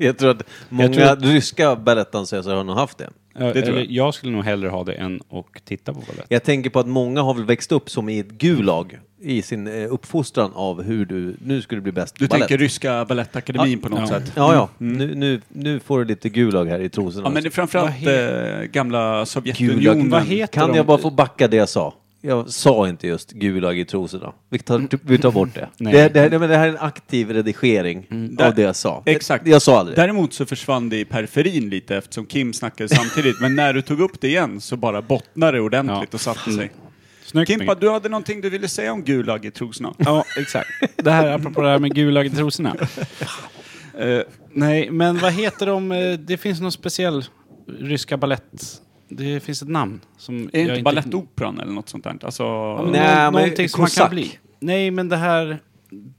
Speaker 2: Jag tror att många
Speaker 3: tror att-
Speaker 2: ryska balettdansöser har nog haft det.
Speaker 3: det
Speaker 5: tror
Speaker 3: Eller,
Speaker 5: jag.
Speaker 3: jag. skulle nog hellre ha det än att titta på ballett.
Speaker 2: Jag tänker på att många har väl växt upp som i ett gulag i sin eh, uppfostran av hur du, nu ska du bli bäst på
Speaker 5: Du
Speaker 2: balett.
Speaker 5: tänker ryska balettakademin på något sätt?
Speaker 2: Ja, ja. Nu, nu, nu får du lite gulag här i trosorna.
Speaker 5: Ja, men det är framförallt eh, gamla
Speaker 2: gulag.
Speaker 5: Sovjetunionen.
Speaker 3: vad heter
Speaker 2: kan
Speaker 3: de?
Speaker 2: jag bara få backa det jag sa? Jag sa inte just gulag i trosorna. Vi
Speaker 5: Mm.
Speaker 2: tar, vi tar bort det.
Speaker 3: Nej.
Speaker 2: Det, det, här- nej, men det här är en aktiv redigering
Speaker 5: Mm. Där-
Speaker 2: av det jag sa.
Speaker 5: Exakt.
Speaker 2: Jag sa aldrig det.
Speaker 5: Däremot så försvann det i periferin lite eftersom Kim snackade samtidigt. Men när du tog upp det igen så bara bottnade det ordentligt
Speaker 3: Ja.
Speaker 5: och satte sig.
Speaker 3: Snyggt
Speaker 5: Kimpa,
Speaker 3: Micke.
Speaker 5: du hade någonting du ville säga om Gulag i trosorna?
Speaker 3: Ja, exakt. Det här, apropå det här med gula i trosorna. Eh, nej, men vad heter de? eh, Det finns någon speciell ryska ballett. Det finns ett namn. Som
Speaker 5: Är
Speaker 3: jag
Speaker 5: det inte Balettoperan eller något sånt där? Alltså,
Speaker 2: men- Nej,
Speaker 3: Nå- någonting som man
Speaker 2: kosack.
Speaker 3: kan bli. Nej, men det här...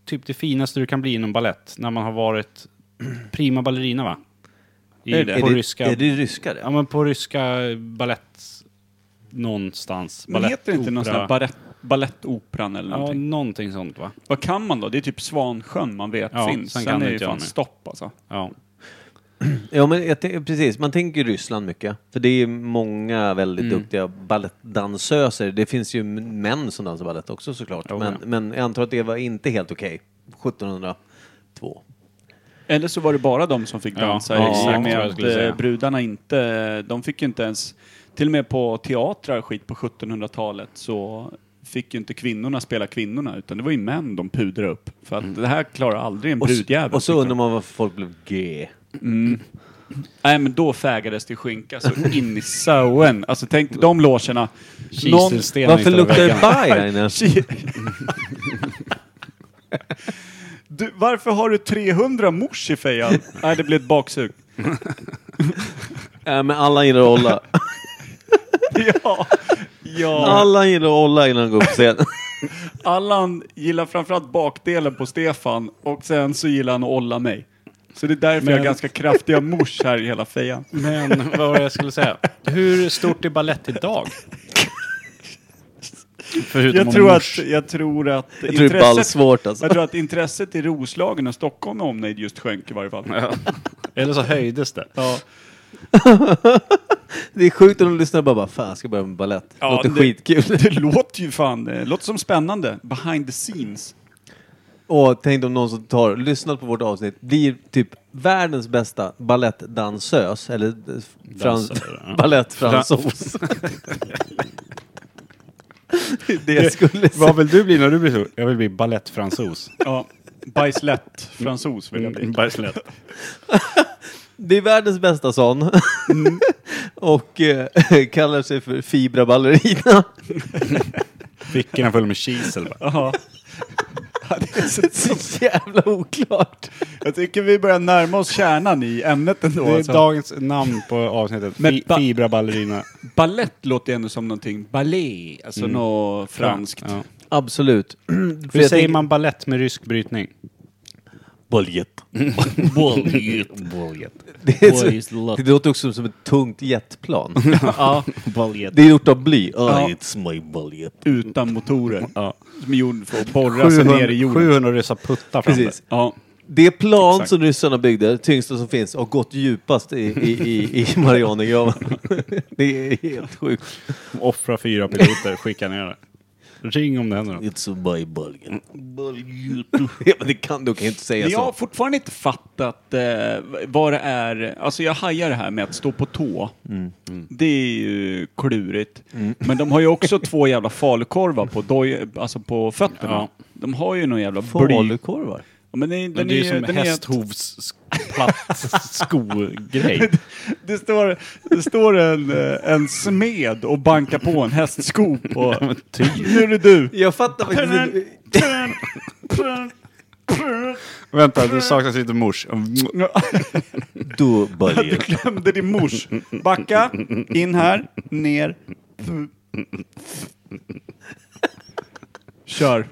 Speaker 3: Typ det finaste du kan bli inom ballett när man har varit prima ballerina, va? I,
Speaker 5: Är det?
Speaker 3: På
Speaker 2: är,
Speaker 3: ryska.
Speaker 2: det är det ryska det?
Speaker 3: Ja, men på ryska ballett... Någonstans.
Speaker 5: men heter det inte någon sån
Speaker 3: opera.
Speaker 5: här barett- Balettoperan eller
Speaker 3: Ja,
Speaker 5: någonting?
Speaker 3: någonting sånt, va?
Speaker 5: Vad kan man då? Det är typ Svansjön man vet
Speaker 3: Ja,
Speaker 5: finns.
Speaker 3: sen
Speaker 5: Sen,
Speaker 3: kan
Speaker 5: är
Speaker 3: inte
Speaker 5: ju
Speaker 3: jag
Speaker 5: fan
Speaker 3: nu.
Speaker 5: stopp alltså.
Speaker 3: Ja.
Speaker 2: Ja, men jag tänker- precis. Man tänker ju Ryssland mycket. För det är ju många väldigt
Speaker 5: Mm.
Speaker 2: duktiga balettdansöser. Det finns ju m- män som dansar balett också såklart.
Speaker 3: Jo,
Speaker 2: men,
Speaker 3: ja.
Speaker 2: men jag antar att det var inte helt okej 1702.
Speaker 5: Eller så var det bara de som fick
Speaker 3: Ja,
Speaker 5: dansa
Speaker 3: ja,
Speaker 5: i
Speaker 3: exakt
Speaker 5: och
Speaker 3: vad
Speaker 5: med
Speaker 3: jag
Speaker 5: att
Speaker 3: skulle säga.
Speaker 5: eh, brudarna inte, de fick ju inte ens, till och med på teatrar och skit på 1700-talet så fick ju inte kvinnorna spela kvinnorna utan det var ju män de pudrade upp. För att
Speaker 3: Mm.
Speaker 5: det här klarar aldrig en
Speaker 2: Och, s-
Speaker 5: brudjävel. liksom.
Speaker 2: och så
Speaker 5: tyckte
Speaker 2: undrar
Speaker 5: de.
Speaker 2: man varför folk blev G.
Speaker 5: Nej men då fägades till skinka så in i sauen. Alltså tänk dig de logerna.
Speaker 3: Kiselstenar
Speaker 2: Varför
Speaker 3: hittar du i
Speaker 2: luktar det
Speaker 3: väggarna.
Speaker 2: baj här inne?
Speaker 5: Du, varför har du 300 mors i fejan? Nej det blev ett baksug.
Speaker 2: Äh, men alla gillar att olla.
Speaker 5: Ja. ja.
Speaker 2: Alla gillar att olla innan de går upp på scen.
Speaker 5: Allan gillar framförallt bakdelen på Stefan och sen så gillar han att olla mig. Så det är därför jag har ganska kraftiga mors här i hela fejan.
Speaker 3: Men vad var det jag skulle säga? Hur stort är ballett idag? Förutom
Speaker 5: Jag
Speaker 3: om
Speaker 5: tror att,
Speaker 3: mors.
Speaker 5: jag tror att
Speaker 2: Jag tror det är ballsvårt alltså.
Speaker 5: jag tror att intresset i Roslagen och Stockholm och omnejd just sjönk i varje fall.
Speaker 3: Eller så höjdes det.
Speaker 5: Ja.
Speaker 2: Det är sjukt om de lyssnar och bara, bara fan jag ska börja med balett.
Speaker 5: Ja,
Speaker 2: låter
Speaker 5: det-
Speaker 2: skitkul.
Speaker 5: Det låter ju fan, det låter som spännande. Behind the scenes.
Speaker 2: Och tänk om någon som tar, lyssnat på vårt avsnitt, blir typ världens bästa balettdansös eller eh, frans,
Speaker 3: Dansare, ja.
Speaker 2: balettfransos. det jag skulle säga.
Speaker 3: Vad vill du bli när du blir stor? Jag vill bli balettfransos.
Speaker 5: Ja. Bajslett, fransos vill jag bli.
Speaker 3: Bajslett.
Speaker 2: Det är världens bästa sån.
Speaker 5: Mm.
Speaker 2: och eh, kallar sig för Fibra Ballerina.
Speaker 3: Fickorna full med kisel. bara.
Speaker 5: Ja. Det är så
Speaker 2: Så jävla oklart.
Speaker 5: Jag tycker vi börjar närma oss kärnan i ämnet ändå.
Speaker 3: Det är
Speaker 5: alltså.
Speaker 3: dagens namn på avsnittet.
Speaker 5: Men
Speaker 3: Fi-
Speaker 5: ba-
Speaker 3: Fibra ballerina.
Speaker 5: Ballett låter ju ändå som någonting ballet, alltså något franskt.
Speaker 3: Ja.
Speaker 2: Absolut. För
Speaker 3: Hur
Speaker 2: jag
Speaker 3: säger
Speaker 2: tänker-
Speaker 3: man ballett med rysk brytning?
Speaker 10: Boljet. Boljet. Boljet.
Speaker 2: Det, är så,
Speaker 10: Boljet.
Speaker 2: det låter också som ett tungt jetplan.
Speaker 10: Ja. Boljet.
Speaker 2: Det är gjort av bly.
Speaker 10: Ja.
Speaker 2: Ja.
Speaker 10: It's my boljet.
Speaker 5: Utan motorer. Som är gjord för att borra sig
Speaker 3: 700
Speaker 5: ner i jorden.
Speaker 3: 700 ryssar puttar fram
Speaker 2: Precis.
Speaker 3: det.
Speaker 5: Ja.
Speaker 2: Det plan
Speaker 5: Exakt.
Speaker 2: som ryssarna byggde, tyngsta som finns, har gått djupast i, i, i, i Marianergraven. det är helt sjukt.
Speaker 3: Offra fyra piloter, skicka ner det. Ring om det händer något.
Speaker 10: It's my boljet. Boljet.
Speaker 2: Ja, men det kan du kan ju inte säga
Speaker 5: Men jag har
Speaker 2: så.
Speaker 5: fortfarande inte fattat eh, vad det är. Alltså jag hajar det här med att stå på tå.
Speaker 2: Mm.
Speaker 3: Mm.
Speaker 5: Det är ju klurigt. Men de har ju också två jävla falukorvar på, doj, alltså på fötterna.
Speaker 3: Ja.
Speaker 5: De har ju någon jävla bly.
Speaker 2: Falukorvar?
Speaker 5: Ja, Men den,
Speaker 3: Men
Speaker 5: den
Speaker 3: det är ju
Speaker 5: ju-
Speaker 3: som
Speaker 5: den
Speaker 3: hästhovsplatt-skogrej.
Speaker 5: Det står, det står en, eh, en smed och bankar på en hästsko på...
Speaker 3: typ.
Speaker 5: Nu är det du!
Speaker 2: Jag fattar faktiskt inte.
Speaker 3: Vänta, det saknas lite mors.
Speaker 2: Du börjar.
Speaker 5: Glömde din mors. Backa, in här, ner. Kör.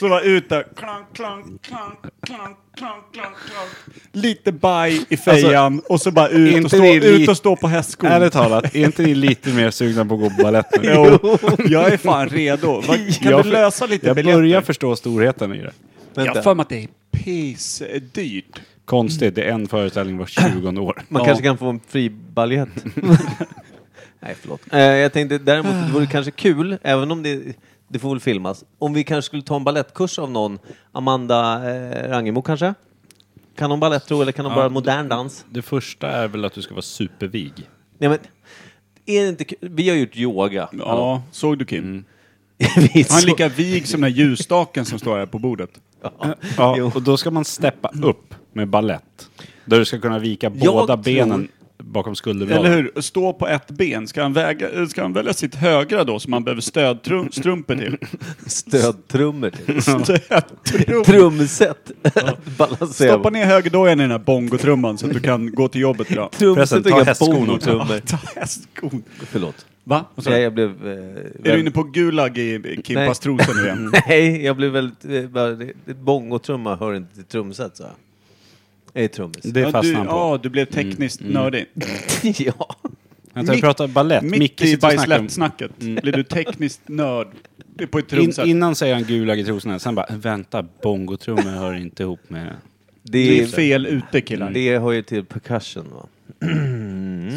Speaker 5: Så var ut där. Klank, klank, klank, klank, klank, klank, klank. Lite baj i fejan och så bara
Speaker 3: Alltså,
Speaker 5: ut
Speaker 3: inte
Speaker 5: och, stå,
Speaker 3: det är li-
Speaker 5: ut och stå på hästskon.
Speaker 3: Ärligt talat, är inte ni lite mer sugna på att gå på balett nu?
Speaker 5: Jo, jag är fan redo. Va- Kan
Speaker 3: Jag-
Speaker 5: du lösa lite
Speaker 3: Jag
Speaker 5: biljetter?
Speaker 3: börjar förstå storheten i det.
Speaker 5: Jag har för mig att det är pissdyrt.
Speaker 3: Konstigt, det är en föreställning var 20 år.
Speaker 2: Man
Speaker 5: Ja.
Speaker 2: kanske kan få en fri baljett. Nej, förlåt. Eh, jag tänkte däremot, det vore kanske kul, även om det, det får väl filmas, om vi kanske skulle ta en ballettkurs av någon. Amanda eh, Rangemo kanske? Kan hon balett tro eller kan hon bara modern dans?
Speaker 3: Det första är väl att du ska vara supervig.
Speaker 2: Nej, men, är det inte kul? Vi har gjort yoga.
Speaker 5: Ja, såg du Kim?
Speaker 2: Vi
Speaker 3: Mm.
Speaker 5: Han är
Speaker 2: så-
Speaker 5: lika vig som den här ljusstaken som står här på bordet.
Speaker 3: Ja,
Speaker 2: Jo.
Speaker 3: och då ska man steppa upp med ballett. Där du ska kunna vika båda
Speaker 2: tror-
Speaker 3: benen bakom skulderbladen.
Speaker 5: Eller hur? Stå på ett ben. Ska han, väga, ska han välja sitt högra då som han behöver stödstrumpor till?
Speaker 2: Stödtrummor.
Speaker 5: Stödtrumpor.
Speaker 2: Trumset. Balansera.
Speaker 5: Stoppa ner högerdojan i den här bongotrumman så att du kan gå till jobbet idag.
Speaker 2: Trumset
Speaker 3: Förresten, ta
Speaker 2: och inga
Speaker 3: hästskon också.
Speaker 2: bonotrummor.
Speaker 5: Ta hästskon.
Speaker 2: Förlåt.
Speaker 5: Va? Vad sa
Speaker 2: Jag,
Speaker 5: du?
Speaker 2: jag blev... Eh,
Speaker 5: Är du
Speaker 2: väl-
Speaker 5: inne på Gulag i
Speaker 2: Nej.
Speaker 5: Kimpas trosor nu igen?
Speaker 2: Nej, jag blev väldigt... eh, bara- det- Bongotrumma hör inte till trumset, så. Jag är trummis.
Speaker 3: Det
Speaker 5: ja, du,
Speaker 3: fastnar han på. Mm,
Speaker 5: ja, du blev tekniskt nördig.
Speaker 2: ja.
Speaker 3: Vänta, jag
Speaker 5: mitt-
Speaker 3: pratar ballett. Micke
Speaker 5: Mitt i
Speaker 3: sitter och snackar om... Mm.
Speaker 5: bajsläppsnacket blev du tekniskt nörd på ett
Speaker 3: In,
Speaker 5: trumset.
Speaker 3: innan säger han gula i trosorna, sen bara vänta, bongotrummor hör inte ihop med...
Speaker 5: Det är
Speaker 2: Det,
Speaker 5: fel ute killar.
Speaker 3: Mm.
Speaker 2: det hör ju till percussion, va?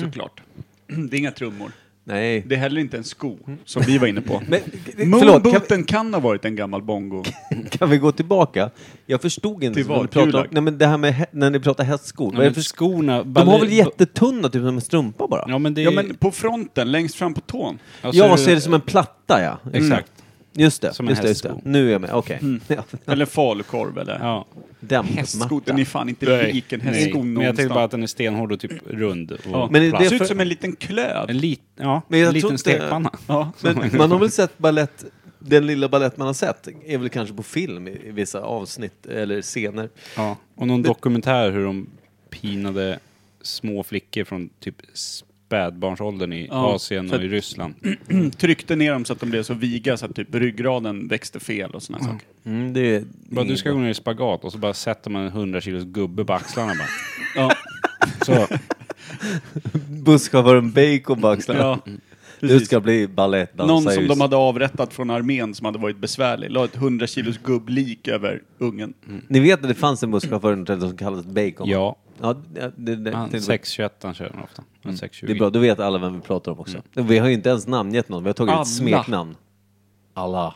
Speaker 5: Såklart. Det är inga trummor.
Speaker 2: Nej.
Speaker 5: Det är heller inte en sko, som vi var inne på.
Speaker 2: Men, förlåt, kan,
Speaker 5: Moonbooten kan, ha varit en gammal bongo.
Speaker 2: vi- kan vi gå tillbaka? Jag förstod inte.
Speaker 5: Till
Speaker 2: vad ni
Speaker 5: vad?
Speaker 2: pratade om,
Speaker 5: Gulag?
Speaker 2: nej, men det här med hä- när ni pratar hästskor. vad är det för skor?
Speaker 3: skorna...
Speaker 2: De har
Speaker 3: balle-
Speaker 2: väl jättetunna, typ som en strumpa bara?
Speaker 3: Ja men det är...
Speaker 5: Ja men på fronten, längst fram på tån.
Speaker 3: alltså,
Speaker 2: Ja, så är det som en platta, ja. Mm.
Speaker 3: Exakt.
Speaker 2: Just det,
Speaker 3: Som en
Speaker 2: just det, just det.
Speaker 3: hästsko. Mm.
Speaker 2: Nu är jag med, okej. Ja,
Speaker 5: Eller falukorv eller
Speaker 3: Ja.
Speaker 5: hästsko.
Speaker 2: Dämpmatta.
Speaker 5: Den är fan inte lik en
Speaker 3: Nej.
Speaker 5: hästsko
Speaker 3: Men jag
Speaker 5: någonstans.
Speaker 3: tänkte bara att den är stenhård och typ rund. Och
Speaker 5: Ja.
Speaker 2: Men är
Speaker 3: platt.
Speaker 5: det ser
Speaker 2: för-
Speaker 5: ut som en liten klöv.
Speaker 3: En, lit, ja,
Speaker 2: Men jag
Speaker 3: en
Speaker 2: tror
Speaker 3: liten
Speaker 2: inte-
Speaker 3: stekpanna.
Speaker 5: Ja.
Speaker 3: Oh
Speaker 2: Men man har väl sett ballett, den lilla ballett man har sett är väl kanske på film i i vissa avsnitt eller scener.
Speaker 3: Ja. Och någon dokumentär hur de pinade små flickor från typ spädbarnsåldern i
Speaker 5: Ja,
Speaker 3: Asien
Speaker 5: för
Speaker 3: och
Speaker 5: att-
Speaker 3: i Ryssland.
Speaker 2: Mm.
Speaker 5: Tryckte ner dem så att de blev så viga så att typ ryggraden växte fel och såna saker.
Speaker 2: Mm, det är
Speaker 3: Bara, du ska gå ner i spagat och så bara sätter man en 100 kilos gubbe på axlarna bara.
Speaker 5: Ja.
Speaker 3: Så,
Speaker 2: Busschauffören Bacon på axlarna.
Speaker 5: Mm. Ja.
Speaker 2: du
Speaker 5: precis.
Speaker 2: Mm. ska bli
Speaker 5: Någon
Speaker 2: balettdansare.
Speaker 5: som de hade avrättat från armén som hade varit besvärlig. La ett 100 kilos gubblik över ungen.
Speaker 2: Ni vet att det fanns en busschaufför under 30 som kallades Bacon?
Speaker 3: ja.
Speaker 2: ja det, det, det,
Speaker 3: Han,
Speaker 2: det, Mm.
Speaker 3: 621 han kör den ofta. Han 620.
Speaker 2: det är bra, då vet alla vem vi pratar om också. Vi har ju inte ens namngett någon, vi har tagit
Speaker 5: Mm. Alla.
Speaker 2: ett smeknamn. Alla.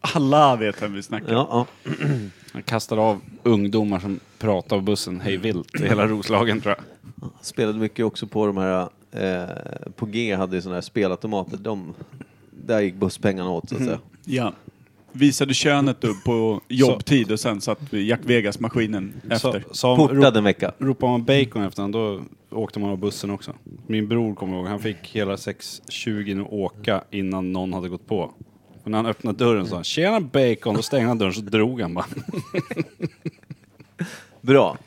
Speaker 5: Alla vet vem vi snackar om.
Speaker 2: Ja, ja.
Speaker 3: Han kastar av ungdomar som pratar på bussen hej vilt i hela Roslagen tror jag.
Speaker 2: Spelade mycket också på de här, eh, på G hade ju sådana här spelautomater. De, där gick busspengarna åt
Speaker 5: Mm.
Speaker 2: så att säga.
Speaker 5: Ja. Visade könet upp på jobbtid och sen satt vi Jack Vegas-maskinen efter.
Speaker 3: Så, så
Speaker 2: Portad en vecka.
Speaker 3: ropade man bacon efter honom, då åkte man av bussen också. Min bror kommer jag ihåg, han fick hela 6.20 att åka innan någon hade gått på. Och när han öppnade dörren sa han “Tjena bacon” och stängde han dörren så drog han bara.
Speaker 2: Bra.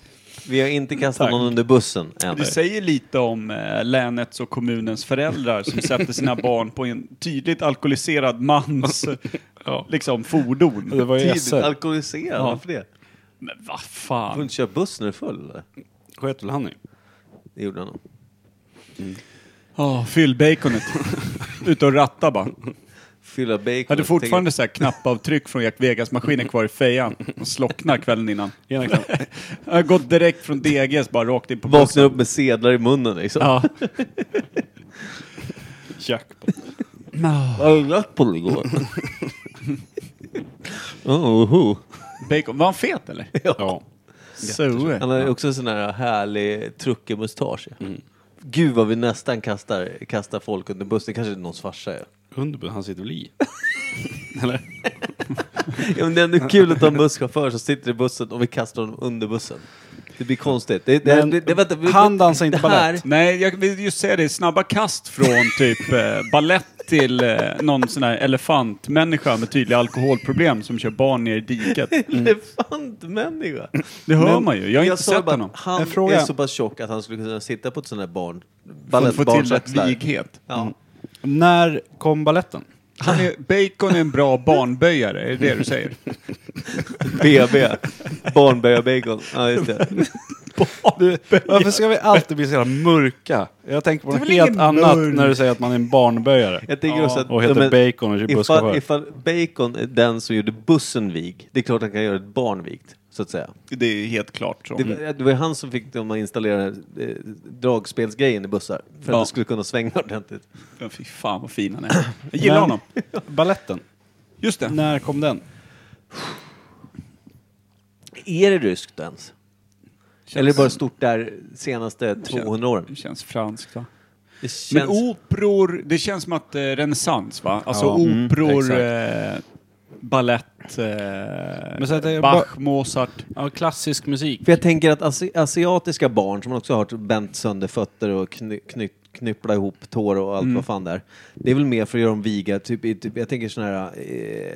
Speaker 2: Vi har inte kastat någon under bussen än.
Speaker 5: Det säger lite om eh, länets och kommunens föräldrar som sätter sina barn på en tydligt alkoholiserad mans eh, liksom, fordon.
Speaker 3: Det var ju
Speaker 2: Tidigt
Speaker 3: SR.
Speaker 2: alkoholiserad, varför det?
Speaker 5: Men vad fan.
Speaker 2: Får inte köra buss när du är full eller?
Speaker 3: Sköt väl han i?
Speaker 2: Det gjorde han nog.
Speaker 5: Ja, fyll baconet. Ut och ratta bara.
Speaker 2: Fylla bacon.
Speaker 5: Hade fortfarande så här knappavtryck från Jack Vegas-maskinen kvar i fejan. Och slocknar kvällen innan.
Speaker 3: Ena
Speaker 5: Jag har gått direkt från DGs bara rakt in på
Speaker 2: Vaknar upp med sedlar i munnen liksom.
Speaker 5: Ja.
Speaker 3: Jackpot.
Speaker 2: Jag har glatt på det igår.
Speaker 5: Oh,
Speaker 2: Oho.
Speaker 5: Bacon. Var han fet eller?
Speaker 3: Ja.
Speaker 5: Så.
Speaker 2: Han har ju också en sån här härlig truckermustasch.
Speaker 5: Mm.
Speaker 2: Gud vad vi nästan kastar, kastar folk under bussen. Det kanske är någons farsa är.
Speaker 3: Underbud, han sitter väl i?
Speaker 2: Ja, men det är ändå kul att ha en busschaufför som sitter i bussen och vi kastar honom under bussen. Det blir konstigt. Det, det,
Speaker 3: Men
Speaker 2: det, det, vänta, vi-
Speaker 3: han dansar inte
Speaker 2: det här-
Speaker 3: balett.
Speaker 5: Nej, jag vill just säga det. Snabba kast från typ eh, ballett till eh, någon sån här elefantmänniska med tydliga alkoholproblem som kör barn ner i diket.
Speaker 2: Elefantmänniska!
Speaker 5: Mm. Det hör man ju. Jag har inte
Speaker 2: sa ju
Speaker 5: sett
Speaker 2: bara,
Speaker 5: honom.
Speaker 2: Han
Speaker 3: En fråga.
Speaker 2: är så pass tjock att han skulle kunna sitta på ett sånt där barn.
Speaker 5: För att Mm. få till
Speaker 2: Balettbarns
Speaker 5: rätt
Speaker 2: axlar.
Speaker 5: vighet.
Speaker 2: Ja.
Speaker 3: När kom balletten?
Speaker 5: Han är, bacon är en bra barnböjare, är det det du säger?
Speaker 2: BB. Barnböjarbacon. Ja, just det.
Speaker 3: Varför ska vi alltid bli så jävla mörka? Jag tänker på något helt annat när du säger att man är en barnböjare.
Speaker 2: Jag tänker också att...
Speaker 3: Och heter
Speaker 2: men-
Speaker 3: Bacon och kör
Speaker 2: ifall,
Speaker 3: busschaufför.
Speaker 2: ifall Bacon är den som gjorde bussen vig, det är klart han kan göra ett barn vigt. Så att säga.
Speaker 5: Det är ju helt klart. så.
Speaker 2: Det, var- det var ju han som fick dem att installera eh, dragspelsgrejen i bussar. För
Speaker 5: Ja.
Speaker 2: att det skulle kunna svänga ordentligt.
Speaker 5: Ja, Fy fan vad fin han är. Jag gillar
Speaker 3: Men-
Speaker 5: honom.
Speaker 3: Balletten.
Speaker 5: Just det.
Speaker 3: När kom den?
Speaker 2: Är det ryskt ens? Eller är det bara stort där senaste 200 åren? oh,
Speaker 5: Det känns franskt va?
Speaker 2: Det
Speaker 5: Men
Speaker 2: känns...
Speaker 5: operor, det känns som att eh, renässans va? Alltså
Speaker 3: mm,
Speaker 5: operor, eh, balett, eh,
Speaker 3: Men så att det är
Speaker 5: Bach, Mozart.
Speaker 3: Ja, klassisk musik.
Speaker 2: För jag tänker att asi- asiatiska barn som man också har hört bänt sönder fötter och kny- kny- knyppla ihop tår och allt vad fan där. Det är väl mer för att göra dem viga, typ, i- typ, jag tänker sådana här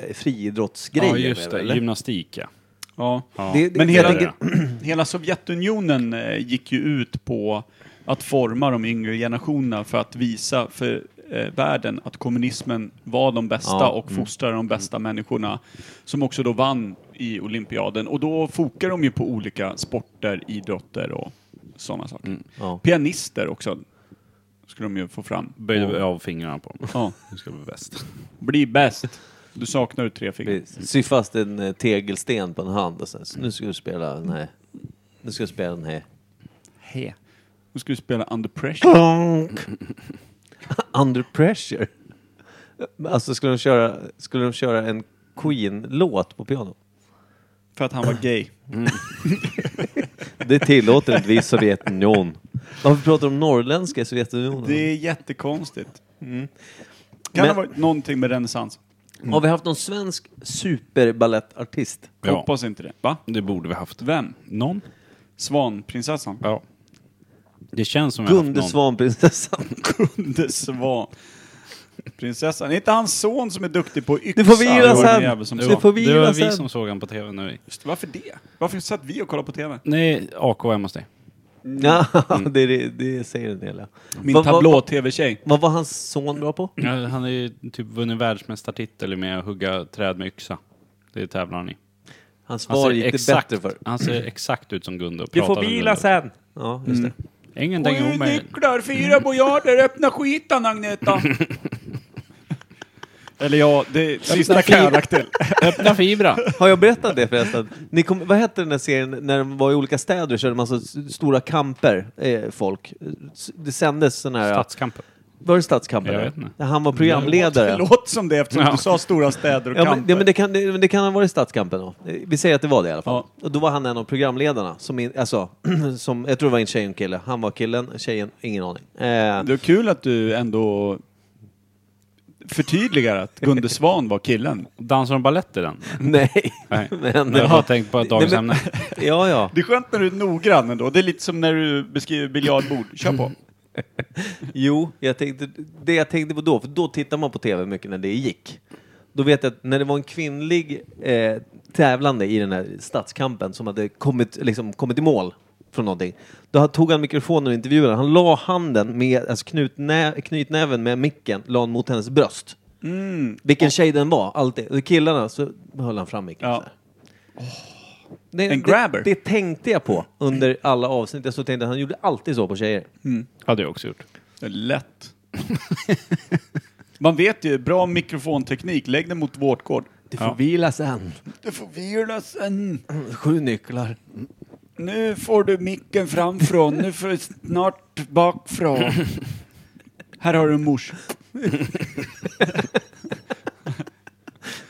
Speaker 2: eh, friidrottsgrejer.
Speaker 3: Ja, just
Speaker 2: med,
Speaker 3: det.
Speaker 2: eller?
Speaker 3: Gymnastik, ja.
Speaker 5: Ja.
Speaker 3: ja.
Speaker 2: Det- det-
Speaker 5: Men
Speaker 2: det-
Speaker 5: hela,
Speaker 2: det-
Speaker 5: hela Sovjetunionen eh, gick ju ut på att forma de yngre generationerna för att visa för eh, världen att kommunismen var de bästa
Speaker 2: Ja, Mm.
Speaker 5: och fostrade de bästa människorna som också då vann i olympiaden. Och då fokar de ju på olika sporter, idrotter och sådana saker.
Speaker 2: Mm, Ja.
Speaker 5: Pianister också skulle de ju få fram.
Speaker 3: Böjde av fingrarna på dem.
Speaker 5: Ja.
Speaker 3: Nu ska det bli bäst.
Speaker 5: Bli bäst. Du saknar ju tre fingrar.
Speaker 2: Precis. Sy fast en eh, tegelsten på en hand och sen så, nu ska du spela den här. Nu ska du spela den här.
Speaker 5: He. Nu ska du spela Under Pressure.
Speaker 2: Under pressure. Alltså skulle de köra, skulle de köra en Queen-låt på piano?
Speaker 5: För att han var gay.
Speaker 2: Det tillåter inte vi i Sovjetunionen. Varför pratar de norrländska i Sovjetunionen?
Speaker 5: Det är jättekonstigt. Mm. Kan
Speaker 2: Men-
Speaker 5: det ha varit någonting med renässans?
Speaker 2: Har vi haft någon svensk superballettartist?
Speaker 3: Ja.
Speaker 5: Hoppas inte det. Va?
Speaker 3: Det borde vi haft.
Speaker 5: Vem?
Speaker 3: Någon?
Speaker 5: Svanprinsessan?
Speaker 3: Ja. Det känns som vi har haft
Speaker 2: Gunde
Speaker 3: någon.
Speaker 2: Svanprinsessan.
Speaker 5: Kunde Svanprinsessan? Är inte hans son som är duktig på yxa?
Speaker 2: Det får vi gilla
Speaker 5: Jo, den
Speaker 2: sen.
Speaker 5: jäveln som
Speaker 2: Det
Speaker 5: sa.
Speaker 2: får vi
Speaker 3: Det var
Speaker 2: gilla
Speaker 3: vi
Speaker 2: sen.
Speaker 3: som såg han på tv när vi...
Speaker 5: Just, varför det? Varför satt vi och kollade på TV?
Speaker 3: Nej, AK hemma hos dig. Mm.
Speaker 2: Ja, det, det, det säger en del. ja.
Speaker 5: Min
Speaker 2: Vad- vad-
Speaker 5: tablå-TV-tjej.
Speaker 2: Vad var hans son bra på?
Speaker 3: Ja, Han har ju typ vunnit världsmästartitel med att hugga träd med yxa. Det tävlar han i.
Speaker 2: Hans
Speaker 3: Han
Speaker 2: far
Speaker 3: ser
Speaker 2: gick det
Speaker 3: exakt,
Speaker 2: bättre för.
Speaker 3: Han ser exakt ut som Gunde och
Speaker 2: Du får
Speaker 3: pratar som
Speaker 2: vila
Speaker 3: Gunde.
Speaker 2: sen. Ja,
Speaker 3: Mm.
Speaker 2: just det.
Speaker 3: Ingenting är omöjligt.
Speaker 5: fyra bojarder, öppna skitan Agneta! Eller ja, det sista kan jag lagt till.
Speaker 3: Öppna fibra!
Speaker 2: Har jag berättat det förresten? Ni kom, vad hette den där serien när de var i olika städer och körde massa s- stora kamper, eh, folk? S- Det sändes sådana här...
Speaker 3: Stadskampen.
Speaker 2: Var det stadskamper?
Speaker 3: Jag
Speaker 2: där?
Speaker 3: vet inte.
Speaker 2: Där Han var programledare.
Speaker 5: Det låter som det eftersom du sa stora städer och
Speaker 2: Ja, men,
Speaker 5: kamper.
Speaker 2: ja, men, det kan, det, men det kan ha varit Stadskampen då. Eh, Vi säger att det var det i alla fall.
Speaker 5: Ja.
Speaker 2: Och då var han en av programledarna. Som in, alltså, som, jag tror det var en tjej och en kille. Han var killen, tjejen, ingen aning. Eh,
Speaker 5: Det är kul att du ändå förtydligar att Gunde Svan var killen.
Speaker 3: Dansar de balett i den?
Speaker 2: nej.
Speaker 3: Nej.
Speaker 2: Men,
Speaker 3: jag bara tänkt på ett
Speaker 2: Nej, men-
Speaker 3: dagsämne.
Speaker 2: Ja, ja.
Speaker 5: Det är skönt när du är noggrann ändå. Det är lite som när du beskriver biljardbord. Kör på.
Speaker 2: Jo, jag tänkte, det jag tänkte på då, för då tittar man på tv mycket när det gick. Då vet jag att när det var en kvinnlig eh, tävlande i den här stadskampen som hade kommit, liksom, kommit i mål från någonting. Då tog han mikrofonen och intervjuade. Han la handen med, alltså knutnä, knytnäven med micken, la han mot hennes bröst.
Speaker 5: Mm.
Speaker 2: Vilken tjej den var, alltid. Och killarna så höll han fram micken
Speaker 5: Ja.
Speaker 2: så här. det,
Speaker 5: En grabber.
Speaker 2: Det, det tänkte jag på under alla avsnitt. Jag så tänkte att han gjorde alltid så på tjejer.
Speaker 7: Hade jag också gjort.
Speaker 5: Det är lätt. Man vet ju, bra mikrofonteknik. Lägg den mot vårtgård.
Speaker 2: Du får vila sen.
Speaker 5: Du får vila sen.
Speaker 2: Sju nycklar.
Speaker 5: Nu får du micken framifrån. Nu får du snart bakifrån. Här har du en mors.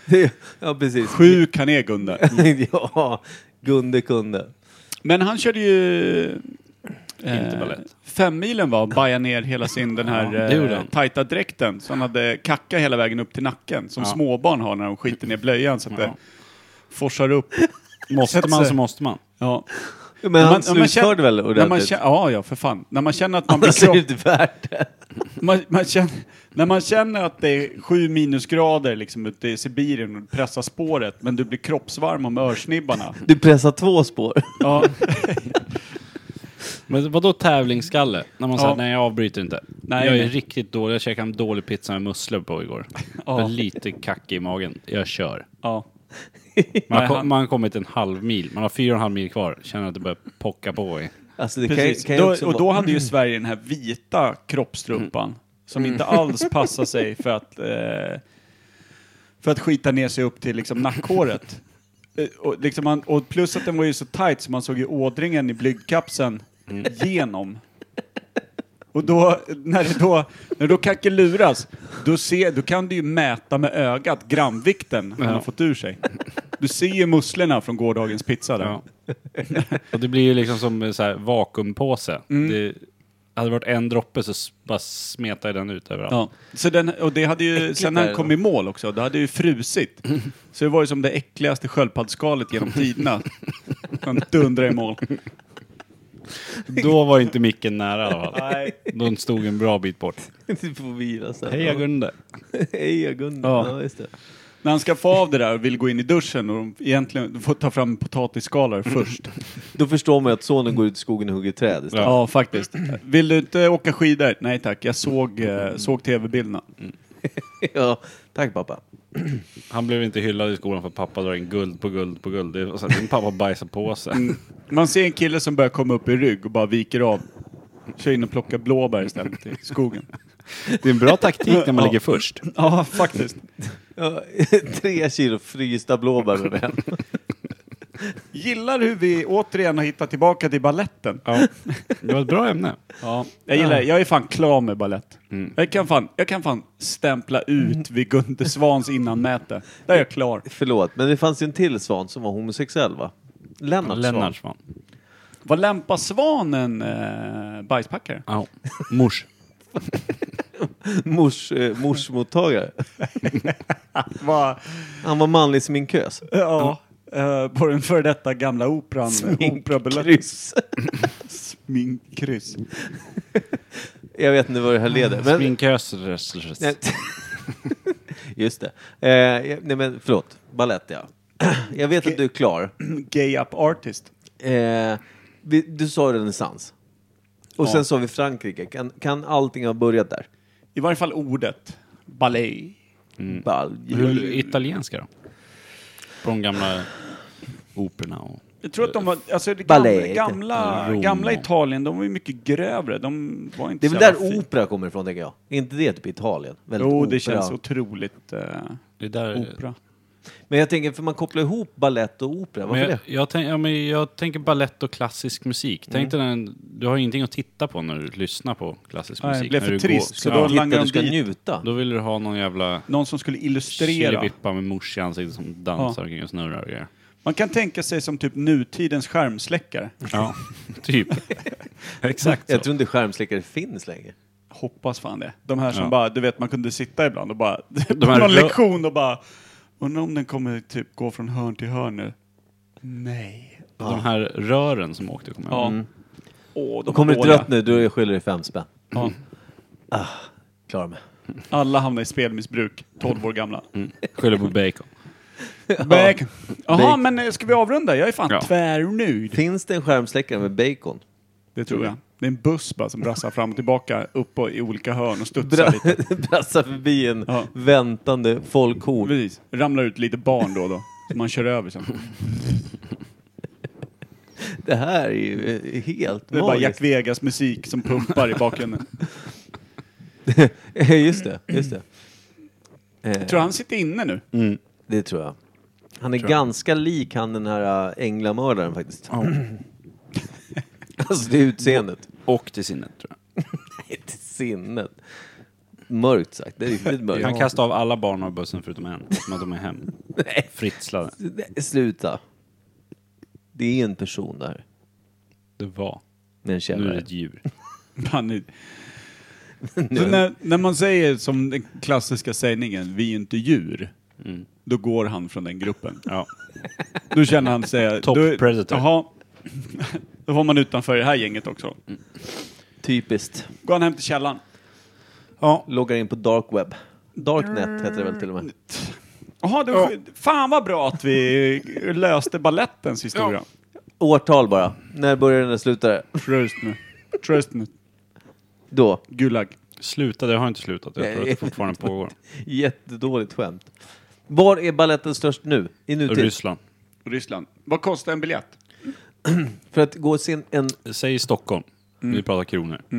Speaker 2: Det, ja, precis.
Speaker 5: Sjuk han är Gunde.
Speaker 2: ja, Gunde kunde.
Speaker 5: Men han körde ju... Eh, femmilen var baja ner hela sin den
Speaker 3: Ja, det
Speaker 5: här
Speaker 3: gjorde
Speaker 5: eh,
Speaker 3: han.
Speaker 5: tajta dräkten. Så han hade kacka hela vägen upp till nacken. Som
Speaker 3: Ja.
Speaker 5: småbarn har när de skiter ner blöjan så att det
Speaker 3: Ja.
Speaker 5: forsar upp.
Speaker 3: Måste
Speaker 5: Sätter
Speaker 3: man
Speaker 5: sig.
Speaker 3: så måste man.
Speaker 5: Ja.
Speaker 2: Men
Speaker 5: När
Speaker 2: han
Speaker 5: när
Speaker 2: slutförde
Speaker 5: känner-
Speaker 2: väl
Speaker 5: när man
Speaker 2: ordentligt?
Speaker 5: känner, Ja, ja, för fan. När man känner att man blir
Speaker 2: Annars är det
Speaker 5: kropp,
Speaker 2: inte värt det.
Speaker 5: man, man känner, När man känner att det är sju minusgrader liksom ute i Sibirien och pressar spåret men du blir kroppsvarm om örsnibbarna.
Speaker 2: Du pressar två spår.
Speaker 5: Ja,
Speaker 3: Men vadå tävlingsskalle? När man säger
Speaker 5: Ja.
Speaker 3: nej jag avbryter inte.
Speaker 5: Nej,
Speaker 3: jag är
Speaker 5: nej.
Speaker 3: riktigt dålig, jag käkade en dålig pizza med musslor på igår. Jag är lite kackig i magen. Jag kör.
Speaker 5: ja.
Speaker 3: Man har,
Speaker 5: Nej,
Speaker 3: kom,
Speaker 5: han-
Speaker 3: man har kommit en halv mil, man har fyra och en halv mil kvar. Känner att det börjar pocka på i.
Speaker 2: Alltså det kan, ju-
Speaker 5: Precis.
Speaker 2: kan ju
Speaker 5: då,
Speaker 2: också
Speaker 5: och då
Speaker 2: vara- Mm.
Speaker 5: hade ju Sverige den här vita kroppstrumpan som inte alls passar sig för att, eh, för att skita ner sig upp till liksom, nackhåret. Eh, och, liksom man, och plus att den var ju så tight så man såg ju ådringen i blygdkapseln
Speaker 2: Mm.
Speaker 5: genom. Och då, när det då, när då kackeluras, då, ser, då kan du ju mäta med ögat gramvikten han har fått ur sig. Du ser ju musslorna från gårdagens pizza där.
Speaker 3: Ja. Och det blir ju liksom som en så här vakuumpåse.
Speaker 5: Mm.
Speaker 3: Det, hade det varit en droppe så s- bara smetar jag den ut överallt.
Speaker 5: Ja. Så den, och det hade ju, sen när
Speaker 2: är
Speaker 5: han
Speaker 2: det
Speaker 5: kom i mål också, det hade ju frusit. Så det var ju som det äckligaste sköldpaddsskalet genom tiderna. Han dundrade i mål.
Speaker 3: Då var inte micken nära i alla fall. De stod en bra bit bort.
Speaker 2: Du får vila sen.
Speaker 3: Heja Gunde!
Speaker 2: Heja Gunde.
Speaker 5: Ja.
Speaker 2: Ja. just det.
Speaker 5: När han ska få av det där och vill gå in i duschen och de egentligen får ta fram potatisskalare först.
Speaker 2: Då förstår man ju att sonen går ut i skogen och hugger träd istället.
Speaker 5: Ja. faktiskt. Vill du inte åka skidor? Nej tack, jag såg, eh, såg tv-bilderna.
Speaker 2: Ja, tack pappa.
Speaker 3: Han blev inte hyllad i skolan för att pappa drar in guld på guld på guld. Det var så här, Din pappa bajsar på sig.
Speaker 5: Mm. Man ser en kille som börjar komma upp i rygg och bara viker av. Kör in och plockar blåbär istället i skogen.
Speaker 3: Det är en bra taktik när man ligger först.
Speaker 5: Ja, faktiskt.
Speaker 2: Ja, tre kilo frysta blåbär med den.
Speaker 5: Gillar hur vi återigen har hittat tillbaka till balletten.
Speaker 3: Ja. Det var ett bra ämne.
Speaker 5: Ja, jag gillar det. Jag är fan klar med ballett.
Speaker 2: Mm.
Speaker 5: Jag, kan fan, jag kan fan stämpla ut vid Gunde Svans innanmäte. Där är jag klar.
Speaker 2: Förlåt, men det fanns ju en till svan som var homosexuell va? Lennart, Svan.
Speaker 3: Lennartsman.
Speaker 5: Var Lämpa Svan en eh, bajspackare?
Speaker 3: Ja. Mors.
Speaker 2: Mors, eh, morsmottagare.
Speaker 5: Var,
Speaker 2: Han var manlig sminkös.
Speaker 5: ja, eh, på den före detta gamla operan. Operaballett.
Speaker 2: Kryss.
Speaker 5: Sminkkryss.
Speaker 2: Jag vet inte vad det här leder. Men,
Speaker 3: Sminkös.
Speaker 2: Nej. Just det. Eh, jag- nej men förlåt, Ballett ja. Jag vet att du är klar.
Speaker 5: Gay up artist.
Speaker 2: Eh, vi, du sa renässans. Och sen sa vi Frankrike. Kan, kan allting ha börjat där?
Speaker 5: I varje fall ordet. Ballet.
Speaker 2: Balj.
Speaker 3: Hur italienska då? På de gamla operorna och...
Speaker 5: Jag tror att de var, alltså det gamla,
Speaker 2: Ballet.
Speaker 5: gamla,
Speaker 3: Rom.
Speaker 5: gamla Italien, de var ju mycket grövre. De var
Speaker 2: Det
Speaker 5: inte
Speaker 2: är väl
Speaker 5: så jävla
Speaker 2: där
Speaker 5: fin-
Speaker 2: opera kommer ifrån, tänker jag. Är inte det typ Italien? Väldigt
Speaker 5: Jo,
Speaker 2: opera.
Speaker 5: det känns otroligt eh,
Speaker 3: Det är där...
Speaker 5: opera.
Speaker 2: Men jag tänker, för man kopplar ihop ballett och opera. Varför
Speaker 3: Men jag,
Speaker 2: det?
Speaker 3: jag, tänk, ja, men jag tänker ballett och klassisk musik. Tänk dig den, du har ingenting att titta på när du lyssnar på klassisk
Speaker 5: Nej, det
Speaker 3: musik.
Speaker 5: blev
Speaker 3: när
Speaker 5: för
Speaker 3: du
Speaker 5: trist,
Speaker 3: Går,
Speaker 5: så
Speaker 3: så
Speaker 5: då
Speaker 3: ja,
Speaker 5: langar
Speaker 2: Hitta,
Speaker 5: de
Speaker 2: du ska
Speaker 5: dit.
Speaker 2: njuta.
Speaker 3: då vill du ha någon jävla
Speaker 5: Någon som skulle illustrera.
Speaker 3: killevippa med mors i ansiktet som dansar omkring och snurrar och grejer.
Speaker 5: Man kan tänka sig som typ nutidens skärmsläckare.
Speaker 3: Ja, typ. Exakt så.
Speaker 2: Jag tror inte skärmsläckare finns längre.
Speaker 5: Hoppas fan det. De här som
Speaker 3: Ja.
Speaker 5: bara, du vet man kunde sitta ibland och bara, på
Speaker 3: här
Speaker 5: någon
Speaker 3: rö-
Speaker 5: lektion och bara, undrar om den kommer typ gå från hörn till hörn nu. Nej.
Speaker 3: De här rören som åkte, kommer jag
Speaker 5: Ja.
Speaker 3: ihåg. Mm.
Speaker 5: Åh, de
Speaker 2: Och Mm. kommer
Speaker 5: är
Speaker 2: det ett
Speaker 5: dåliga.
Speaker 2: rött nu, då är jag skyldig dig fem spänn. Ah,
Speaker 5: Ja.
Speaker 2: Klara mig.
Speaker 5: Alla hamnar i spelmissbruk, 12 år gamla.
Speaker 2: Mm.
Speaker 3: Skyller på bacon.
Speaker 5: Bäck. Jaha, men eh, ska vi avrunda? Jag är fan
Speaker 3: Ja.
Speaker 5: tvärnöjd.
Speaker 2: Finns det en skärmsläckare med bacon?
Speaker 5: Det tror jag. Det är en buss bara som brassar fram och tillbaka upp och i olika hörn och studsar
Speaker 2: Bra,
Speaker 5: lite.
Speaker 2: brassar förbi en
Speaker 5: Ja.
Speaker 2: väntande folkhord.
Speaker 5: Precis. Ramlar ut lite barn då och då. Som man kör över sen.
Speaker 2: Det här är ju eh, helt
Speaker 5: Det är bara
Speaker 2: magiskt.
Speaker 5: Jack Vegas musik som pumpar i bakgrunden.
Speaker 2: just det, just det. Eh,
Speaker 5: Tror han sitter inne nu?
Speaker 2: Det tror jag. Han är
Speaker 5: Tror jag.
Speaker 2: ganska lik han den här äh, änglamördaren faktiskt. alltså det är utseendet.
Speaker 3: Och till sinnet tror jag.
Speaker 2: Nej, till sinnet. Mörkt sagt. Det är riktigt mörkt.
Speaker 3: Han kastade av alla barn av bussen förutom en, som att de är hem. Fritslade.
Speaker 2: Nej, Sluta. Det är en person där.
Speaker 3: Det var.
Speaker 2: Med en
Speaker 3: Nu är det
Speaker 2: källare.
Speaker 3: ett djur.
Speaker 5: Han är... Så när, när man säger som den klassiska sägningen, vi är inte djur, då går han från den gruppen.
Speaker 3: Ja.
Speaker 5: Då känner han sig...
Speaker 3: Top
Speaker 5: då,
Speaker 3: predator.
Speaker 5: Jaha. Då var man utanför det här gänget också.
Speaker 3: Mm.
Speaker 2: Typiskt.
Speaker 5: Går han hem till källan?
Speaker 2: Loggar in på dark web. Darknet heter det väl till och
Speaker 3: Mm.
Speaker 2: med.
Speaker 5: Jaha, det var, fan vad bra att vi löste ballettens historia.
Speaker 2: Årtal bara. När började den och slutade?
Speaker 5: Trust me. Trust me.
Speaker 2: Då.
Speaker 5: Gulag.
Speaker 3: Slutade, jag har inte slutat. Jag tror att det fortfarande pågår.
Speaker 2: Jättedåligt skämt. Var är balletten störst nu? I nutid?
Speaker 3: Ryssland.
Speaker 5: Ryssland. Vad kostar en biljett?
Speaker 2: För att gå sin... En,
Speaker 3: Säg Stockholm. Vi pratar kronor.
Speaker 2: va,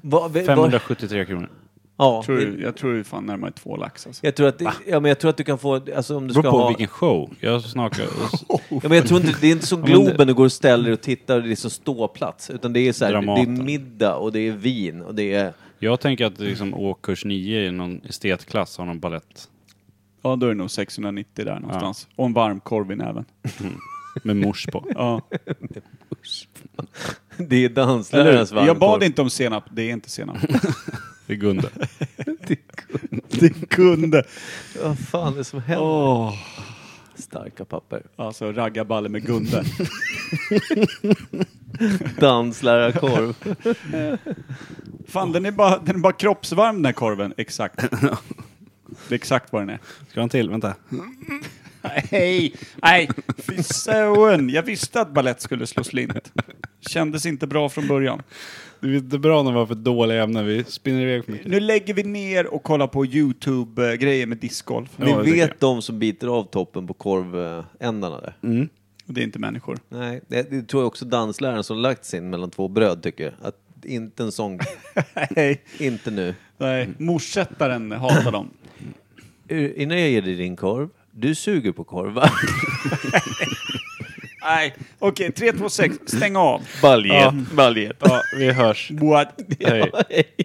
Speaker 2: va, va,
Speaker 3: 573 kronor.
Speaker 2: ja,
Speaker 5: Tror,
Speaker 2: det-
Speaker 5: du- jag tror det är fan närmare två lax alltså.
Speaker 2: jag tror att... det- Ja, men jag tror att du kan få... Alltså om du
Speaker 3: Det
Speaker 2: ska
Speaker 3: beror på
Speaker 2: ha...
Speaker 3: vilken show. Jag snackar...
Speaker 2: Ja, men jag tror inte, det är inte som
Speaker 3: Ja, men det-
Speaker 2: Globen, du går och ställer dig och tittar och det är som ståplats. Utan det är så här, det
Speaker 3: Dramaten.
Speaker 2: är middag och det är vin och det är...
Speaker 3: Jag tänker att liksom årskurs 9 i någon estetklass har någon ballett
Speaker 5: Ja, då är det nog 690 där någonstans. Och en varm korv i näven.
Speaker 3: med mors på.
Speaker 5: Ja.
Speaker 2: Det är danslärarens
Speaker 5: Eller,
Speaker 2: varmkorv.
Speaker 5: jag bad inte om senap, det är inte senap.
Speaker 3: Det är Gunde.
Speaker 5: det kunde.
Speaker 2: Vad fan är det som händer?
Speaker 5: Åh,
Speaker 2: Starka papper.
Speaker 5: Alltså raggarballe med Gunde.
Speaker 2: Danslärarkorv.
Speaker 5: Fan, den är, bara, den är bara kroppsvarm den här korven. Exakt. Det är exakt vad den är.
Speaker 3: Ska han till? Vänta.
Speaker 5: Nej, nej, fy sören. Jag visste att ballett skulle slå slint. Kändes inte bra från början.
Speaker 3: Det är inte bra när vi har för dåliga ämnen. Vi spinner iväg för mycket.
Speaker 5: Nu lägger vi ner och kollar på YouTube-grejer med discgolf.
Speaker 2: Ni
Speaker 3: det tycker jag.
Speaker 2: vet de som biter av toppen på korvändarna där?
Speaker 5: Det är inte människor.
Speaker 2: Nej, det, det tror jag också dansläraren som lagt sin mellan två bröd tycker. Att inte en sån,
Speaker 5: Nej,
Speaker 2: inte nu.
Speaker 5: nej. Morsättaren hatar dem.
Speaker 2: Ur- Innan jag ger dig din korv, du suger på korv va?
Speaker 5: Nej, okej, 3, 2, 6, stäng av.
Speaker 2: Baljet.
Speaker 5: Baljet. Ja.
Speaker 3: Vi hörs.
Speaker 5: What?
Speaker 3: Hej.
Speaker 2: Hej.